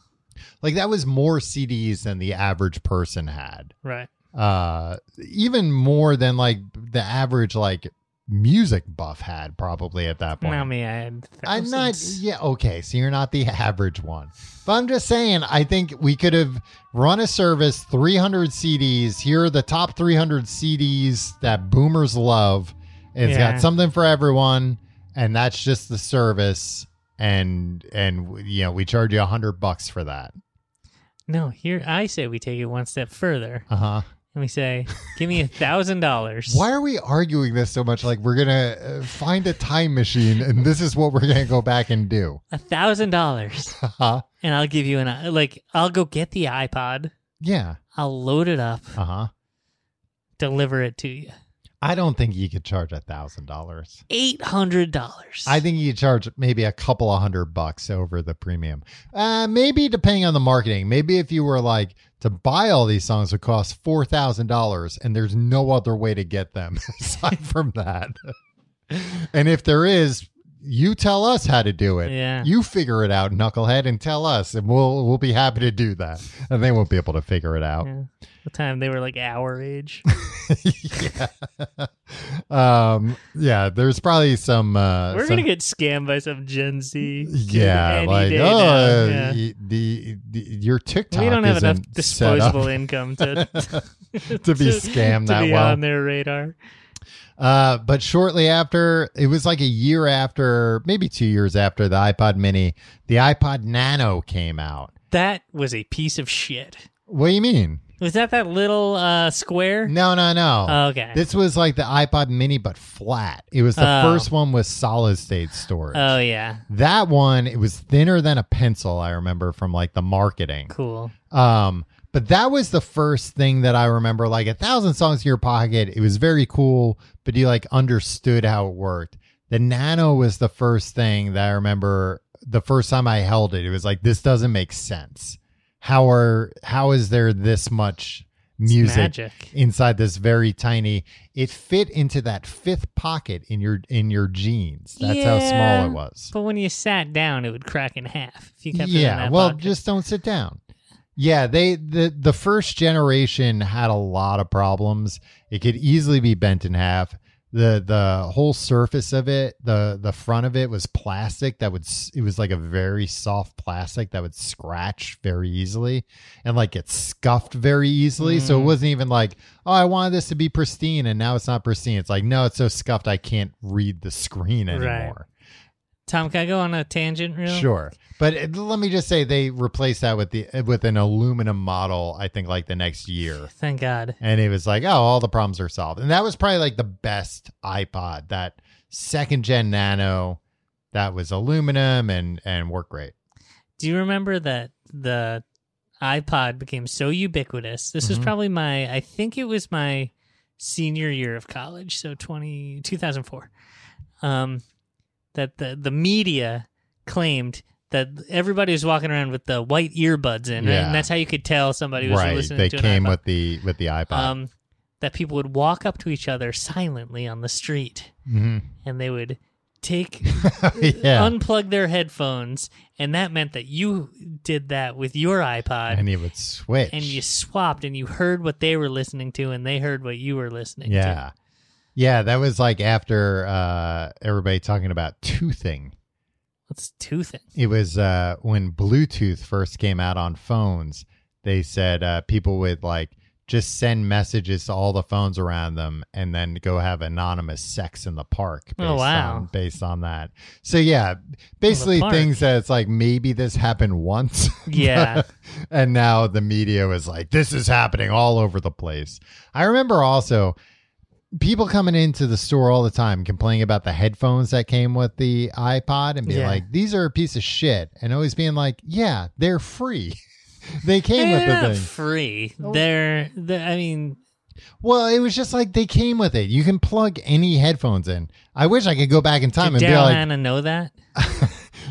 Speaker 2: like that was more CDs than the average person had.
Speaker 3: right.
Speaker 2: Uh even more than like the average like music buff had probably at that point.
Speaker 3: Now me, I had
Speaker 2: I'm not
Speaker 3: thousands.
Speaker 2: yeah, okay, so you're not the [laughs] average one. But I'm just saying I think we could have run a service 300 CDs. Here are the top 300 CDs that boomers love. It's
Speaker 3: Yeah.
Speaker 2: got something for everyone and that's just the service and and you know, we charge you 100 bucks for that.
Speaker 3: No, here I say we take it one step further
Speaker 2: Uh-huh.
Speaker 3: and we say, "Give me a thousand dollars."
Speaker 2: [laughs] Why are we arguing this so much? Like we're gonna uh, find a time machine, and this is what we're gonna go back and do. [laughs]
Speaker 3: A thousand dollars,
Speaker 2: Uh-huh.
Speaker 3: and I'll give you an i- like. I'll go get the iPod.
Speaker 2: Yeah.
Speaker 3: I'll load it up,
Speaker 2: Uh huh.
Speaker 3: deliver it to you.
Speaker 2: I don't think you could charge a thousand dollars.
Speaker 3: Eight hundred dollars.
Speaker 2: I think you could charge maybe a couple of hundred bucks over the premium. Uh, maybe depending on the marketing. Maybe if you were like to buy all these songs would cost four thousand dollars, and there's no other way to get them [laughs] aside from that. and if there is, you tell us how to do it.
Speaker 3: Yeah.
Speaker 2: You figure it out, knucklehead, and tell us, and we'll we'll be happy to do that. And they won't be able to figure it out.
Speaker 3: Yeah. The time they were like our age.
Speaker 2: Uh, Um, yeah, there's probably some. Uh,
Speaker 3: we're
Speaker 2: some-
Speaker 3: gonna get scammed by some Gen Z. kid
Speaker 2: Yeah,
Speaker 3: any
Speaker 2: like
Speaker 3: day
Speaker 2: oh,
Speaker 3: now. Yeah.
Speaker 2: y- the, the your TikTok.
Speaker 3: we don't have enough
Speaker 2: isn't set up [laughs]
Speaker 3: disposable income to
Speaker 2: to be scammed
Speaker 3: to
Speaker 2: that
Speaker 3: be
Speaker 2: well.
Speaker 3: on their radar.
Speaker 2: [laughs] Uh, but shortly after, it was like a year after, maybe two years after the iPod Mini, the iPod Nano came out.
Speaker 3: That was a piece of shit.
Speaker 2: What do you mean?
Speaker 3: Was that that little uh, square?
Speaker 2: No, no, no.
Speaker 3: Okay.
Speaker 2: This was like the iPod Mini, but flat. It was the
Speaker 3: Oh.
Speaker 2: first one with solid state storage.
Speaker 3: oh yeah,
Speaker 2: that one, it was thinner than a pencil. I remember from like the marketing.
Speaker 3: cool.
Speaker 2: Um, but that was the first thing that I remember. Like a thousand songs in your pocket. It was very cool, but you like understood how it worked. The Nano was the first thing that I remember. The first time I held it, it was like this doesn't make sense. How are how is there this much music
Speaker 3: magic.
Speaker 2: inside this very tiny? It fit into that fifth pocket in your in your jeans. That's how small
Speaker 3: Yeah,
Speaker 2: it was.
Speaker 3: But when you sat down, it would crack in half if you kept it in
Speaker 2: yeah
Speaker 3: that
Speaker 2: well
Speaker 3: pocket.
Speaker 2: just don't sit down yeah they the the first generation had a lot of problems it could easily be bent in half the the whole surface of it the the front of it was plastic that would s- it was like a very soft plastic that would scratch very easily and like get scuffed very easily so
Speaker 3: Mm.
Speaker 2: it wasn't even like oh i wanted this to be pristine and now it's not pristine it's like no it's so scuffed i can't read the screen
Speaker 3: Right.
Speaker 2: anymore
Speaker 3: Tom, can I go on a tangent real?
Speaker 2: Sure, but it, let me just say they replaced that with the uh, with an aluminum model. I think like the next year,
Speaker 3: Thank God.
Speaker 2: and it was like, oh, all the problems are solved, and that was probably like the best iPod, that second gen Nano, that was aluminum and and worked great.
Speaker 3: Do you remember that the iPod became so ubiquitous? This was
Speaker 2: Mhm.
Speaker 3: probably my, I think it was my senior year of college, so 20, 2004. Um, that the, the media claimed that everybody was walking around with the white earbuds in, right?
Speaker 2: Yeah.
Speaker 3: and that's how you could tell somebody was
Speaker 2: Right.
Speaker 3: listening
Speaker 2: They
Speaker 3: to
Speaker 2: came
Speaker 3: an iPod.
Speaker 2: with the with the iPod.
Speaker 3: um, that people would walk up to each other silently on the street
Speaker 2: [laughs] Mhm.
Speaker 3: and they would take
Speaker 2: yeah.
Speaker 3: unplug their headphones, and that meant that you did that with your iPod,
Speaker 2: and you would switch.
Speaker 3: and you swapped, and you heard what they were listening to, and they heard what you were listening
Speaker 2: Yeah. Yeah, that was like after uh everybody talking about toothing.
Speaker 3: to. That's two
Speaker 2: [laughs]
Speaker 3: things.
Speaker 2: It was uh when Bluetooth first came out on phones, they said uh people would like just send messages to all the phones around them and then go have anonymous sex in the park based
Speaker 3: Oh, wow.
Speaker 2: on based on that. So yeah, basically
Speaker 3: park.
Speaker 2: things that it's like maybe this happened once. [laughs]
Speaker 3: Yeah.
Speaker 2: and now the media is like, this is happening all over the place. I remember also people coming into the store all the time complaining about the headphones that came with the iPod and being
Speaker 3: Yeah.
Speaker 2: like, these are a piece of shit. And always being like, yeah, they're free. [laughs] they came
Speaker 3: They're
Speaker 2: with the
Speaker 3: not
Speaker 2: thing.
Speaker 3: free. They're, they're, I mean,
Speaker 2: well, it was just like they came with it. You can plug any headphones in. I wish I could go back in time
Speaker 3: did
Speaker 2: and be
Speaker 3: Daryl
Speaker 2: like,
Speaker 3: Hannah know that?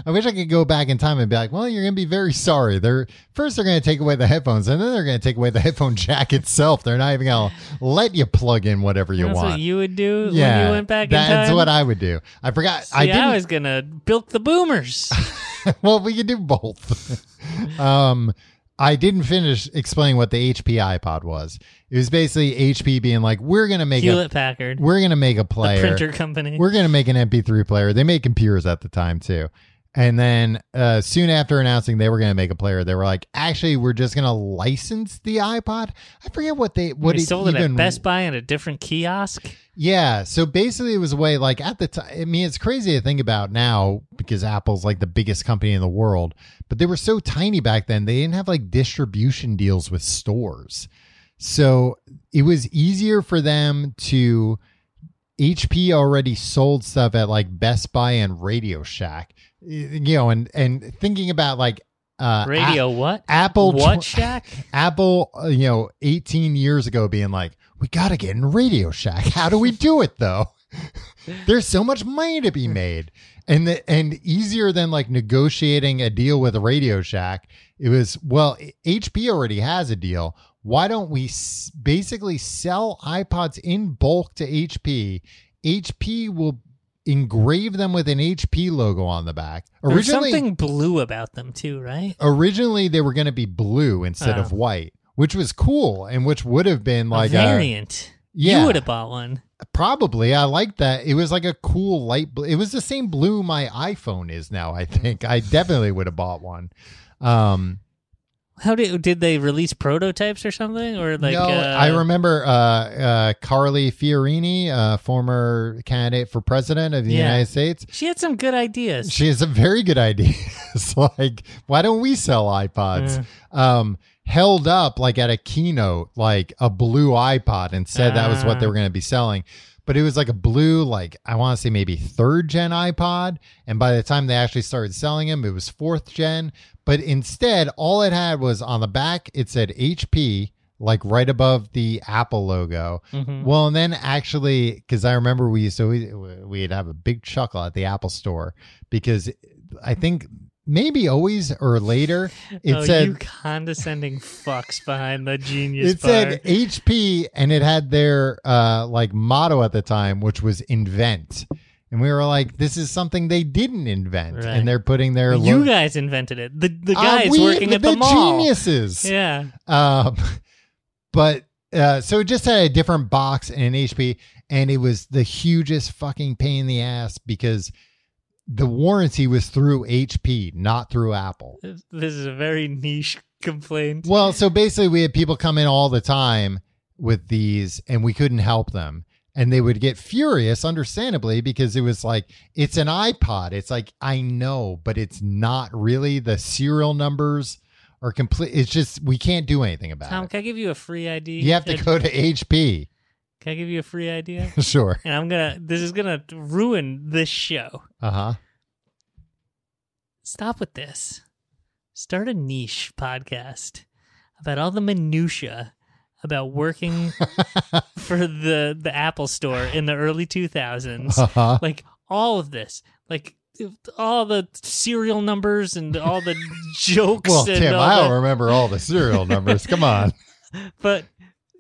Speaker 2: I wish I could go back in time and be like, well, you're going to be very sorry. They're first they're going to take away the headphones, and then they're going to take away the headphone jack itself. They're not even going to let you plug in whatever you
Speaker 3: That's
Speaker 2: want.
Speaker 3: what you would do when you went back in time.
Speaker 2: that's what I would do. I forgot.
Speaker 3: See,
Speaker 2: I
Speaker 3: I,
Speaker 2: didn't.
Speaker 3: was gonna bilk the boomers.
Speaker 2: [laughs] well, we could do both. [laughs] um, I didn't finish explaining what the HP iPod was. It was basically HP being like, we're going to make a,
Speaker 3: Hewlett Packard,
Speaker 2: we're going to make a
Speaker 3: the
Speaker 2: player.
Speaker 3: printer company.
Speaker 2: We're going to make an MP3 player. They made computers at the time too. And then uh, soon after announcing they were going to make a player, they were like, "Actually, we're just going to license the iPod." I forget what they what
Speaker 3: they
Speaker 2: it
Speaker 3: sold it
Speaker 2: even
Speaker 3: at Best Buy in a different kiosk.
Speaker 2: yeah. So basically, it was a way like at the time. I mean, it's crazy to think about now because Apple's like the biggest company in the world, but they were so tiny back then. They didn't have like distribution deals with stores. So it was easier for them to. HP already sold stuff at like Best Buy and Radio Shack, you know, and and thinking about like uh,
Speaker 3: Radio what?
Speaker 2: Apple
Speaker 3: what
Speaker 2: tw-
Speaker 3: shack?
Speaker 2: [laughs] Apple, uh, you know, 18 years ago being like, we got to get in Radio Shack. How do we do it though? [laughs] There's so much money to be made. And the, and easier than like negotiating a deal with Radio Shack, it was, well, HP already has a deal. Why don't we s- basically sell iPods in bulk to HP? HP will engrave them with an HP logo on the back.
Speaker 3: There was something blue about them too, right?
Speaker 2: originally they were going to be blue instead of
Speaker 3: Oh.
Speaker 2: white, which was cool and which would have been like
Speaker 3: a
Speaker 2: a-
Speaker 3: variant.
Speaker 2: yeah.
Speaker 3: You would have bought one.
Speaker 2: probably. I like that. It was like a cool light blue. It was the same blue my iPhone is now. I think I definitely would have bought one. Um,
Speaker 3: How did did they release prototypes or something? Or like
Speaker 2: no,
Speaker 3: uh,
Speaker 2: I remember uh, uh, Carly Fiorini, uh, former candidate for president of the
Speaker 3: Yeah.
Speaker 2: United States.
Speaker 3: she had some good ideas.
Speaker 2: She has a very good idea. [laughs] it's like, why don't we sell iPods? Um, held up like at a keynote, like a blue iPod, and said that was what they were
Speaker 3: Ah.
Speaker 2: going to be selling. But it was like a blue, like I want to say maybe third gen iPod. And by the time they actually started selling them, it was fourth gen. But instead, all it had was on the back, it said HP, like right above the Apple logo.
Speaker 3: Mm-hmm.
Speaker 2: Well, and then actually, because I remember we used to, we, we'd have a big chuckle at the Apple store because I think maybe always or later it
Speaker 3: oh,
Speaker 2: said
Speaker 3: you condescending fucks behind the genius
Speaker 2: it
Speaker 3: bar.
Speaker 2: said HP and it had their uh like motto at the time, which was invent. And we were like, this is something they didn't invent.
Speaker 3: Right.
Speaker 2: And they're putting their
Speaker 3: you
Speaker 2: lo-
Speaker 3: guys invented it. The the
Speaker 2: Uh,
Speaker 3: guys
Speaker 2: we-
Speaker 3: working at the, mall.
Speaker 2: geniuses.
Speaker 3: Yeah.
Speaker 2: Um, but uh, so it just had a different box and an HP, and it was the hugest fucking pain in the ass because the warranty was through HP, not through Apple.
Speaker 3: This is a very niche complaint.
Speaker 2: Well, so basically, we had people come in all the time with these, and we couldn't help them. And they would get furious, understandably, because it was like, it's an iPod. It's like, I know, but it's not really. The serial numbers are complete. It's just, we can't do anything about
Speaker 3: Tom,
Speaker 2: it.
Speaker 3: can I give you a free ID?
Speaker 2: You have to
Speaker 3: Uh,
Speaker 2: go to HP.
Speaker 3: Can I give you a free idea?
Speaker 2: [laughs] Sure.
Speaker 3: and I'm gonna. This is gonna ruin this show.
Speaker 2: Uh huh.
Speaker 3: stop with this. Start a niche podcast about all the minutia about
Speaker 2: [laughs]
Speaker 3: working for the the Apple Store in the early 2000s.
Speaker 2: Uh-huh.
Speaker 3: Like all of this. Like all the serial numbers and
Speaker 2: [laughs]
Speaker 3: all the jokes
Speaker 2: Well,
Speaker 3: and
Speaker 2: Tim,
Speaker 3: all
Speaker 2: I don't
Speaker 3: the-
Speaker 2: remember all the serial numbers. Come on.
Speaker 3: but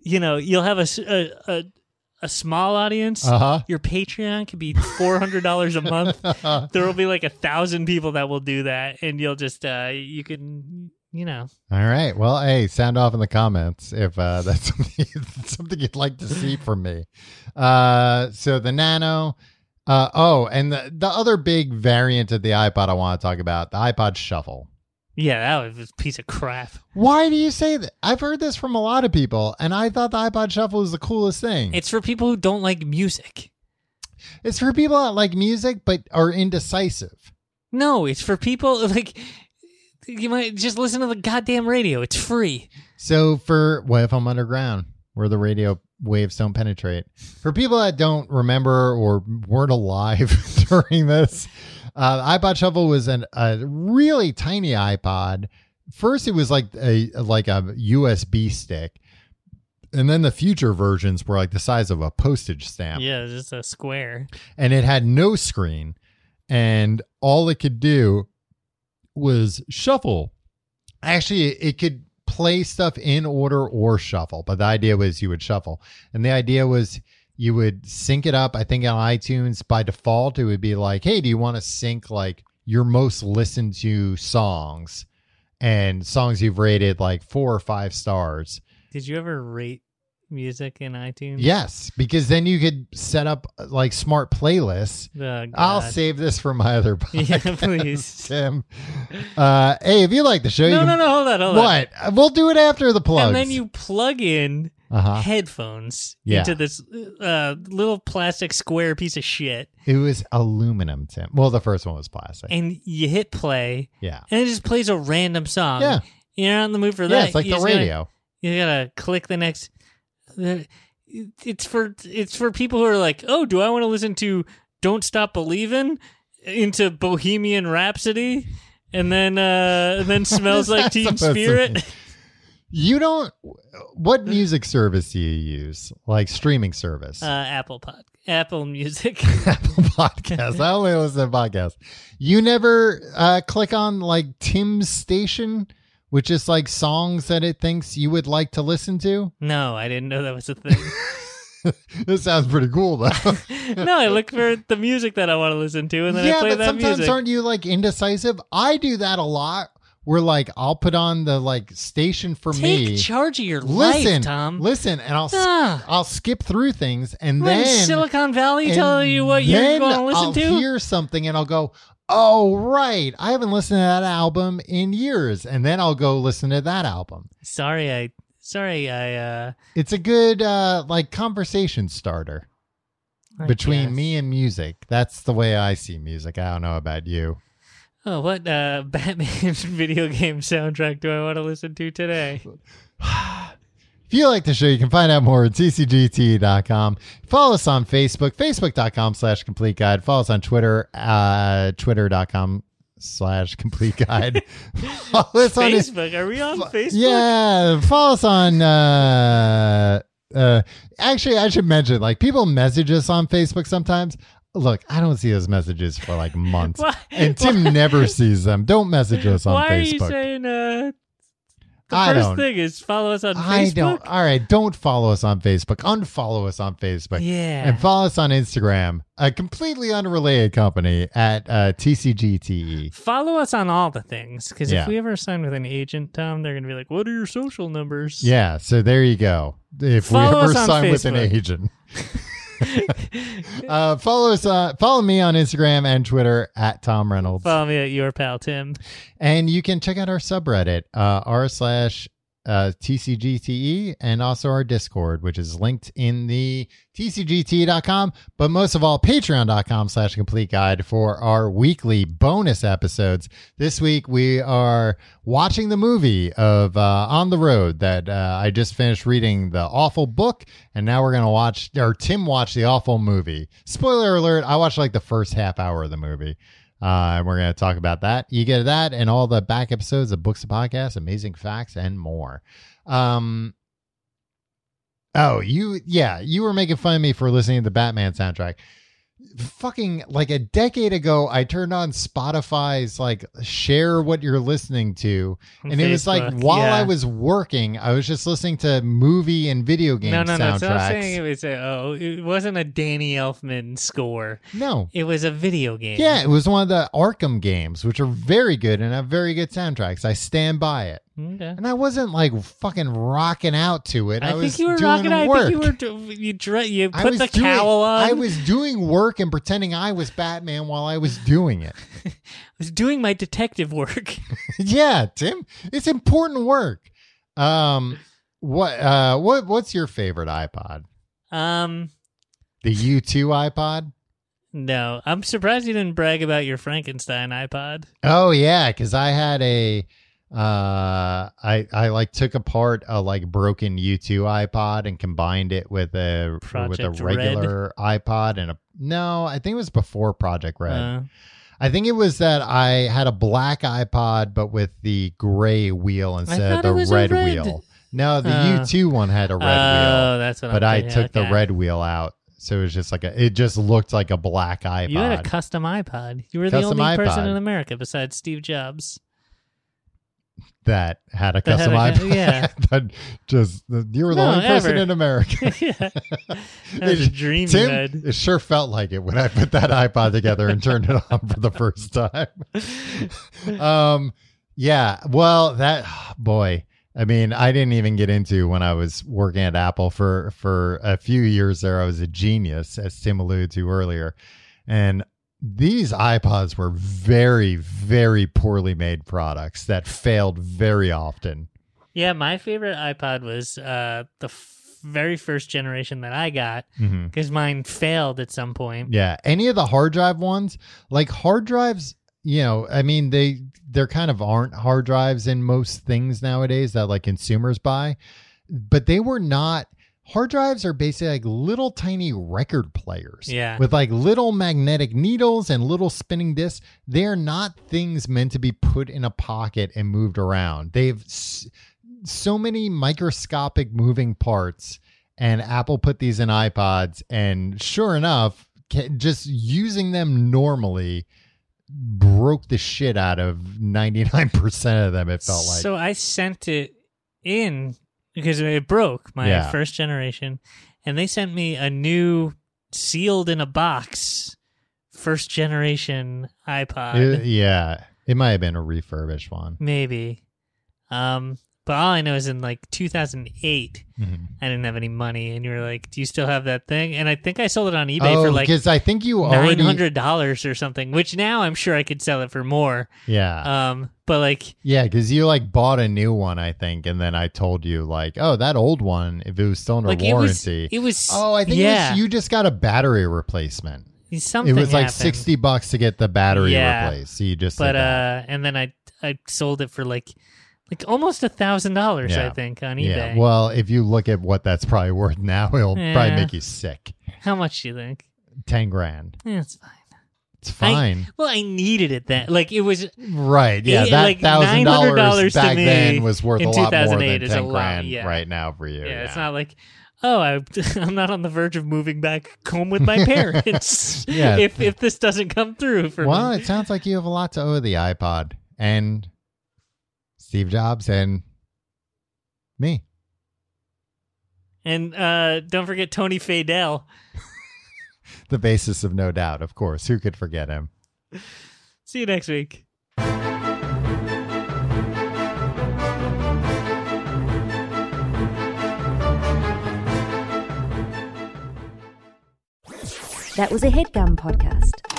Speaker 3: you know you'll have a s- a, a, a small audience
Speaker 2: Uh
Speaker 3: your patreon could be $400 a month
Speaker 2: [laughs] huh.
Speaker 3: there will be like a thousand people that will do that and you'll just uh you can you know
Speaker 2: All right. Well, hey, sound off in the comments if uh, [laughs] that's something, something you'd like to see from me. Uh, so the Nano. Uh, oh, and the, the other big variant of the iPod I want to talk about the iPod Shuffle.
Speaker 3: yeah that was a piece of crap
Speaker 2: Why do you say that? I've heard this from a lot of people, and I thought the iPod Shuffle was the coolest thing.
Speaker 3: it's for people who don't like music
Speaker 2: it's for people that like music but are indecisive.
Speaker 3: no it's for people [laughs] like you might just listen to the goddamn radio it's free
Speaker 2: So for what if I'm underground, where the radio waves don't penetrate? For people that don't remember or weren't alive [laughs] during this, uh, iPod Shuffle was an, a really tiny iPod. First, it was like a like a USB stick, and then the future versions were like the size of a postage stamp
Speaker 3: yeah it's just a square
Speaker 2: and it had no screen and all it could do was shuffle actually it it could play stuff in order or shuffle but the idea was you would shuffle and the idea was you would sync it up i think on itunes by default it would be like hey do you want to sync like your most listened to songs and songs you've rated like four or five stars
Speaker 3: did you ever rate music in itunes
Speaker 2: yes because then you could set up like smart playlists
Speaker 3: Oh,
Speaker 2: I'll
Speaker 3: God.
Speaker 2: save this for my other [laughs] podcast.
Speaker 3: [laughs] Yeah, please.
Speaker 2: Tim. Uh, hey, if you like the show, you
Speaker 3: No,
Speaker 2: can-
Speaker 3: no, no, hold on, hold on.
Speaker 2: What? Uh, We'll do it after the plugs.
Speaker 3: And then you plug in
Speaker 2: Uh-huh.
Speaker 3: headphones
Speaker 2: Yeah.
Speaker 3: into this uh, little plastic square piece of shit,
Speaker 2: It was aluminum, Tim. Well, the first one was plastic.
Speaker 3: and you hit play,
Speaker 2: yeah.
Speaker 3: and it just plays a random song.
Speaker 2: Yeah.
Speaker 3: You're not in the mood for that.
Speaker 2: Yeah, it's like
Speaker 3: you
Speaker 2: the
Speaker 3: just gotta-
Speaker 2: radio.
Speaker 3: you gotta click the next. the- It's for it's for people who are like, oh, do I want to listen to "Don't Stop Believin'" into Bohemian Rhapsody, and then uh,
Speaker 2: [laughs]
Speaker 3: and then
Speaker 2: What is
Speaker 3: smells like
Speaker 2: that
Speaker 3: Teen
Speaker 2: supposed to
Speaker 3: Spirit.
Speaker 2: mean? You don't. What music service do you use? Like streaming service?
Speaker 3: [laughs] Uh, Apple Pod, Apple Music.
Speaker 2: [laughs]
Speaker 3: [laughs]
Speaker 2: Apple Podcast. I only listen to podcasts. You never uh, click on like Tim's station, which is like songs that it thinks you would like to listen to.
Speaker 3: No, I didn't know that was a thing.
Speaker 2: This sounds pretty cool though.
Speaker 3: [laughs] no, I look for the music that I want to listen to, and then I play
Speaker 2: but
Speaker 3: that
Speaker 2: sometimes
Speaker 3: music.
Speaker 2: aren't you like indecisive? I do that a lot. Where like I'll put on the like station for
Speaker 3: Take
Speaker 2: me.
Speaker 3: charge of your
Speaker 2: listen,
Speaker 3: life, Tom.
Speaker 2: Listen, and I'll sk-
Speaker 3: Ah.
Speaker 2: I'll skip through things, and
Speaker 3: Let
Speaker 2: then
Speaker 3: Silicon Valley
Speaker 2: and
Speaker 3: tell you what you're
Speaker 2: then
Speaker 3: going to listen
Speaker 2: I'll
Speaker 3: to.
Speaker 2: Hear something, and I'll go. Oh right, I haven't listened to that album in years, and then I'll go listen to that album.
Speaker 3: Sorry, I. Sorry, I. uh
Speaker 2: It's a good uh like conversation starter
Speaker 3: I
Speaker 2: between
Speaker 3: guess.
Speaker 2: me and music. That's the way I see music. I don't know about you.
Speaker 3: Oh, what uh [laughs] Batman video game soundtrack do I want to listen
Speaker 2: [laughs]
Speaker 3: to today?
Speaker 2: If you like the show, you can find out more at tcgt.com. Follow us on Facebook, facebook.com slash complete guide. Follow us on Twitter, uh, twitter.com slash complete
Speaker 3: [laughs]
Speaker 2: guide. follow us on
Speaker 3: Facebook? Are we on Facebook?
Speaker 2: Yeah, follow us on. Uh, uh, actually, I should mention like people message us on Facebook sometimes. Look, I don't see those messages for like months,
Speaker 3: [laughs] Why-
Speaker 2: and Tim never sees them. Don't message us on
Speaker 3: Why are
Speaker 2: Facebook.
Speaker 3: you saying uh? The
Speaker 2: I
Speaker 3: 1st
Speaker 2: don't-
Speaker 3: thing is follow us on
Speaker 2: I
Speaker 3: Facebook.
Speaker 2: don't. All right, don't follow us on Facebook. Unfollow us on Facebook.
Speaker 3: Yeah.
Speaker 2: and follow us on Instagram. A completely unrelated company at uh, TCGTE.
Speaker 3: follow us on all the things because
Speaker 2: Yeah.
Speaker 3: if we ever sign with an agent, Tom, they're gonna be like, "What are your social numbers?"
Speaker 2: Yeah, so there you go. If
Speaker 3: Follow
Speaker 2: we ever
Speaker 3: us on
Speaker 2: sign with an
Speaker 3: Facebook.
Speaker 2: agent. [laughs] uh, follow us. Uh, follow me on Instagram and Twitter at Tom Reynolds,
Speaker 3: Follow me at your pal Tim.
Speaker 2: and you can check out our subreddit uh, r slash uh, TCGTE E and also our Discord, which is linked in the TCGTE.com, E but most of all, patreon.com slash complete guide for our weekly bonus episodes. This week, we are watching the movie of uh, On the Road that uh, I just finished reading the awful book, and now we're going to watch, or Tim watched the awful movie. Spoiler alert, I watched like the first half hour of the movie. Uh, and we're going to talk about that. You get that and all the back episodes of Books of Podcasts, Amazing Facts, and more. Um, oh, you, yeah, you were making fun of me for listening to the Batman soundtrack. Fucking like a decade ago, I turned on Spotify's like share what you're listening to,
Speaker 3: On
Speaker 2: and it was like
Speaker 3: Facebook,
Speaker 2: while
Speaker 3: yeah.
Speaker 2: I was working, I was just listening to movie and video game
Speaker 3: No, no, no.
Speaker 2: soundtracks.
Speaker 3: So I was saying it was a, oh, it wasn't a Danny Elfman score.
Speaker 2: no,
Speaker 3: It was a video game.
Speaker 2: Yeah, it was one of the Arkham games, which are very good and have very good soundtracks. I stand by it.
Speaker 3: Okay.
Speaker 2: And I wasn't like fucking rocking out to it. I,
Speaker 3: I,
Speaker 2: was
Speaker 3: think you were
Speaker 2: doing
Speaker 3: rocking. I
Speaker 2: work.
Speaker 3: think you were. do- You dre- You
Speaker 2: I
Speaker 3: put
Speaker 2: was
Speaker 3: the
Speaker 2: doing-
Speaker 3: cowl on.
Speaker 2: I was doing work and pretending I was Batman while I was doing it. [laughs]
Speaker 3: I was doing my detective work. [laughs]
Speaker 2: yeah, Tim, it's important work. Um, what uh, what what's your favorite iPod?
Speaker 3: um.
Speaker 2: The U two iPod?
Speaker 3: No, I'm surprised you didn't brag about your Frankenstein iPod.
Speaker 2: Oh yeah, because I had a uh I I like took apart a like broken U2 iPod and combined it with a with
Speaker 3: Project
Speaker 2: a
Speaker 3: Red?
Speaker 2: regular iPod and a no, I think it was before Project Red.
Speaker 3: Uh,
Speaker 2: I think it was that I had a black iPod but with the gray wheel instead of
Speaker 3: thought it
Speaker 2: the
Speaker 3: was a
Speaker 2: red,
Speaker 3: red.
Speaker 2: wheel. No, the
Speaker 3: Uh,
Speaker 2: U2 one had a red
Speaker 3: oh,
Speaker 2: wheel,
Speaker 3: that's what. I'm
Speaker 2: but I
Speaker 3: thinking,
Speaker 2: took the
Speaker 3: okay.
Speaker 2: red wheel out. So it was just like a it just looked like a black iPod.
Speaker 3: You had a custom iPod. You were
Speaker 2: Custom
Speaker 3: the only person
Speaker 2: iPod.
Speaker 3: in America besides
Speaker 2: [laughs]
Speaker 3: Steve Jobs. [laughs]
Speaker 2: that had a
Speaker 3: That had
Speaker 2: custom
Speaker 3: a cu-
Speaker 2: iPod.
Speaker 3: yeah.
Speaker 2: [laughs] that just you were the
Speaker 3: No,
Speaker 2: only person
Speaker 3: ever.
Speaker 2: in America.
Speaker 3: yeah, that was a dream you had.
Speaker 2: Tim, it sure felt like it when I put that iPod together and turned it on for the first time.
Speaker 3: [laughs]
Speaker 2: um, yeah. Well, that [sighs] boy. I mean, I didn't even get into when I was working at Apple for for a few years there. I was a genius, as Tim alluded to earlier, and these iPods were very, very poorly made products that failed very often.
Speaker 3: Yeah, my favorite iPod was uh, the f- very first generation that I got
Speaker 2: Mhm.
Speaker 3: because mine failed at some point.
Speaker 2: Yeah, any of the hard drive ones, like hard drives, you know, I mean they there kind of aren't hard drives in most things nowadays that like consumers buy, but they were not hard drives are basically like little tiny record players
Speaker 3: Yeah.
Speaker 2: with like little magnetic needles and little spinning discs they're not things meant to be put in a pocket and moved around they've s- so many microscopic moving parts and apple put these in ipods and sure enough ca- just using them normally broke the shit out of 99% of them it felt like
Speaker 3: So I sent it in because it broke my
Speaker 2: Yeah.
Speaker 3: first generation, and they sent me a new sealed in a box first generation iPod,
Speaker 2: It- yeah it might have been a refurbished one
Speaker 3: maybe. Um, but all I know is in like 2008,
Speaker 2: Mhm.
Speaker 3: I didn't have any money, and you were like, "Do you still have that thing?" And I think I sold it on eBay
Speaker 2: Oh,
Speaker 3: for like
Speaker 2: because I think you
Speaker 3: nine
Speaker 2: already
Speaker 3: hundred dollars or something, which now I'm sure I could sell it for more.
Speaker 2: Yeah.
Speaker 3: Um, but like,
Speaker 2: yeah, because you like bought a new one, I think, and then I told you like, oh, that old one, if it was still under
Speaker 3: like
Speaker 2: warranty.
Speaker 3: it was, it was.
Speaker 2: oh, I think it was-
Speaker 3: yeah,
Speaker 2: you just got a battery replacement.
Speaker 3: something.
Speaker 2: it was like
Speaker 3: happened.
Speaker 2: sixty bucks to get the battery
Speaker 3: Yeah.
Speaker 2: replaced. So you just
Speaker 3: but
Speaker 2: did that.
Speaker 3: uh, and then I I sold it for like like almost a thousand dollars, I
Speaker 2: Yeah.
Speaker 3: think, on eBay.
Speaker 2: yeah. Well, if you look at what that's probably [laughs] worth now, it'll
Speaker 3: Yeah.
Speaker 2: probably make you sick.
Speaker 3: How much do you think?
Speaker 2: Ten grand.
Speaker 3: Yeah, it's fine.
Speaker 2: It's fine. Oh,
Speaker 3: Well, I needed it then. Like it was
Speaker 2: Right. Yeah.
Speaker 3: It-
Speaker 2: that
Speaker 3: like,
Speaker 2: thousand
Speaker 3: $900
Speaker 2: dollars
Speaker 3: to
Speaker 2: back
Speaker 3: me
Speaker 2: then was worth
Speaker 3: in
Speaker 2: a lot more
Speaker 3: 2008
Speaker 2: than
Speaker 3: is a
Speaker 2: ten
Speaker 3: lot,
Speaker 2: grand
Speaker 3: yeah.
Speaker 2: right now for you.
Speaker 3: yeah, it's not like oh I [laughs] I'm not on the verge of moving back home
Speaker 2: [laughs]
Speaker 3: with my parents.
Speaker 2: Yeah.
Speaker 3: if if this doesn't come through for
Speaker 2: well,
Speaker 3: me.
Speaker 2: it sounds like you have a lot to owe the iPod and Steve Jobs and me.
Speaker 3: And uh, don't forget Tony Fadell.
Speaker 2: The basis of No Doubt, of course. Who could forget him?
Speaker 3: See you next week.
Speaker 6: That was a headgum podcast.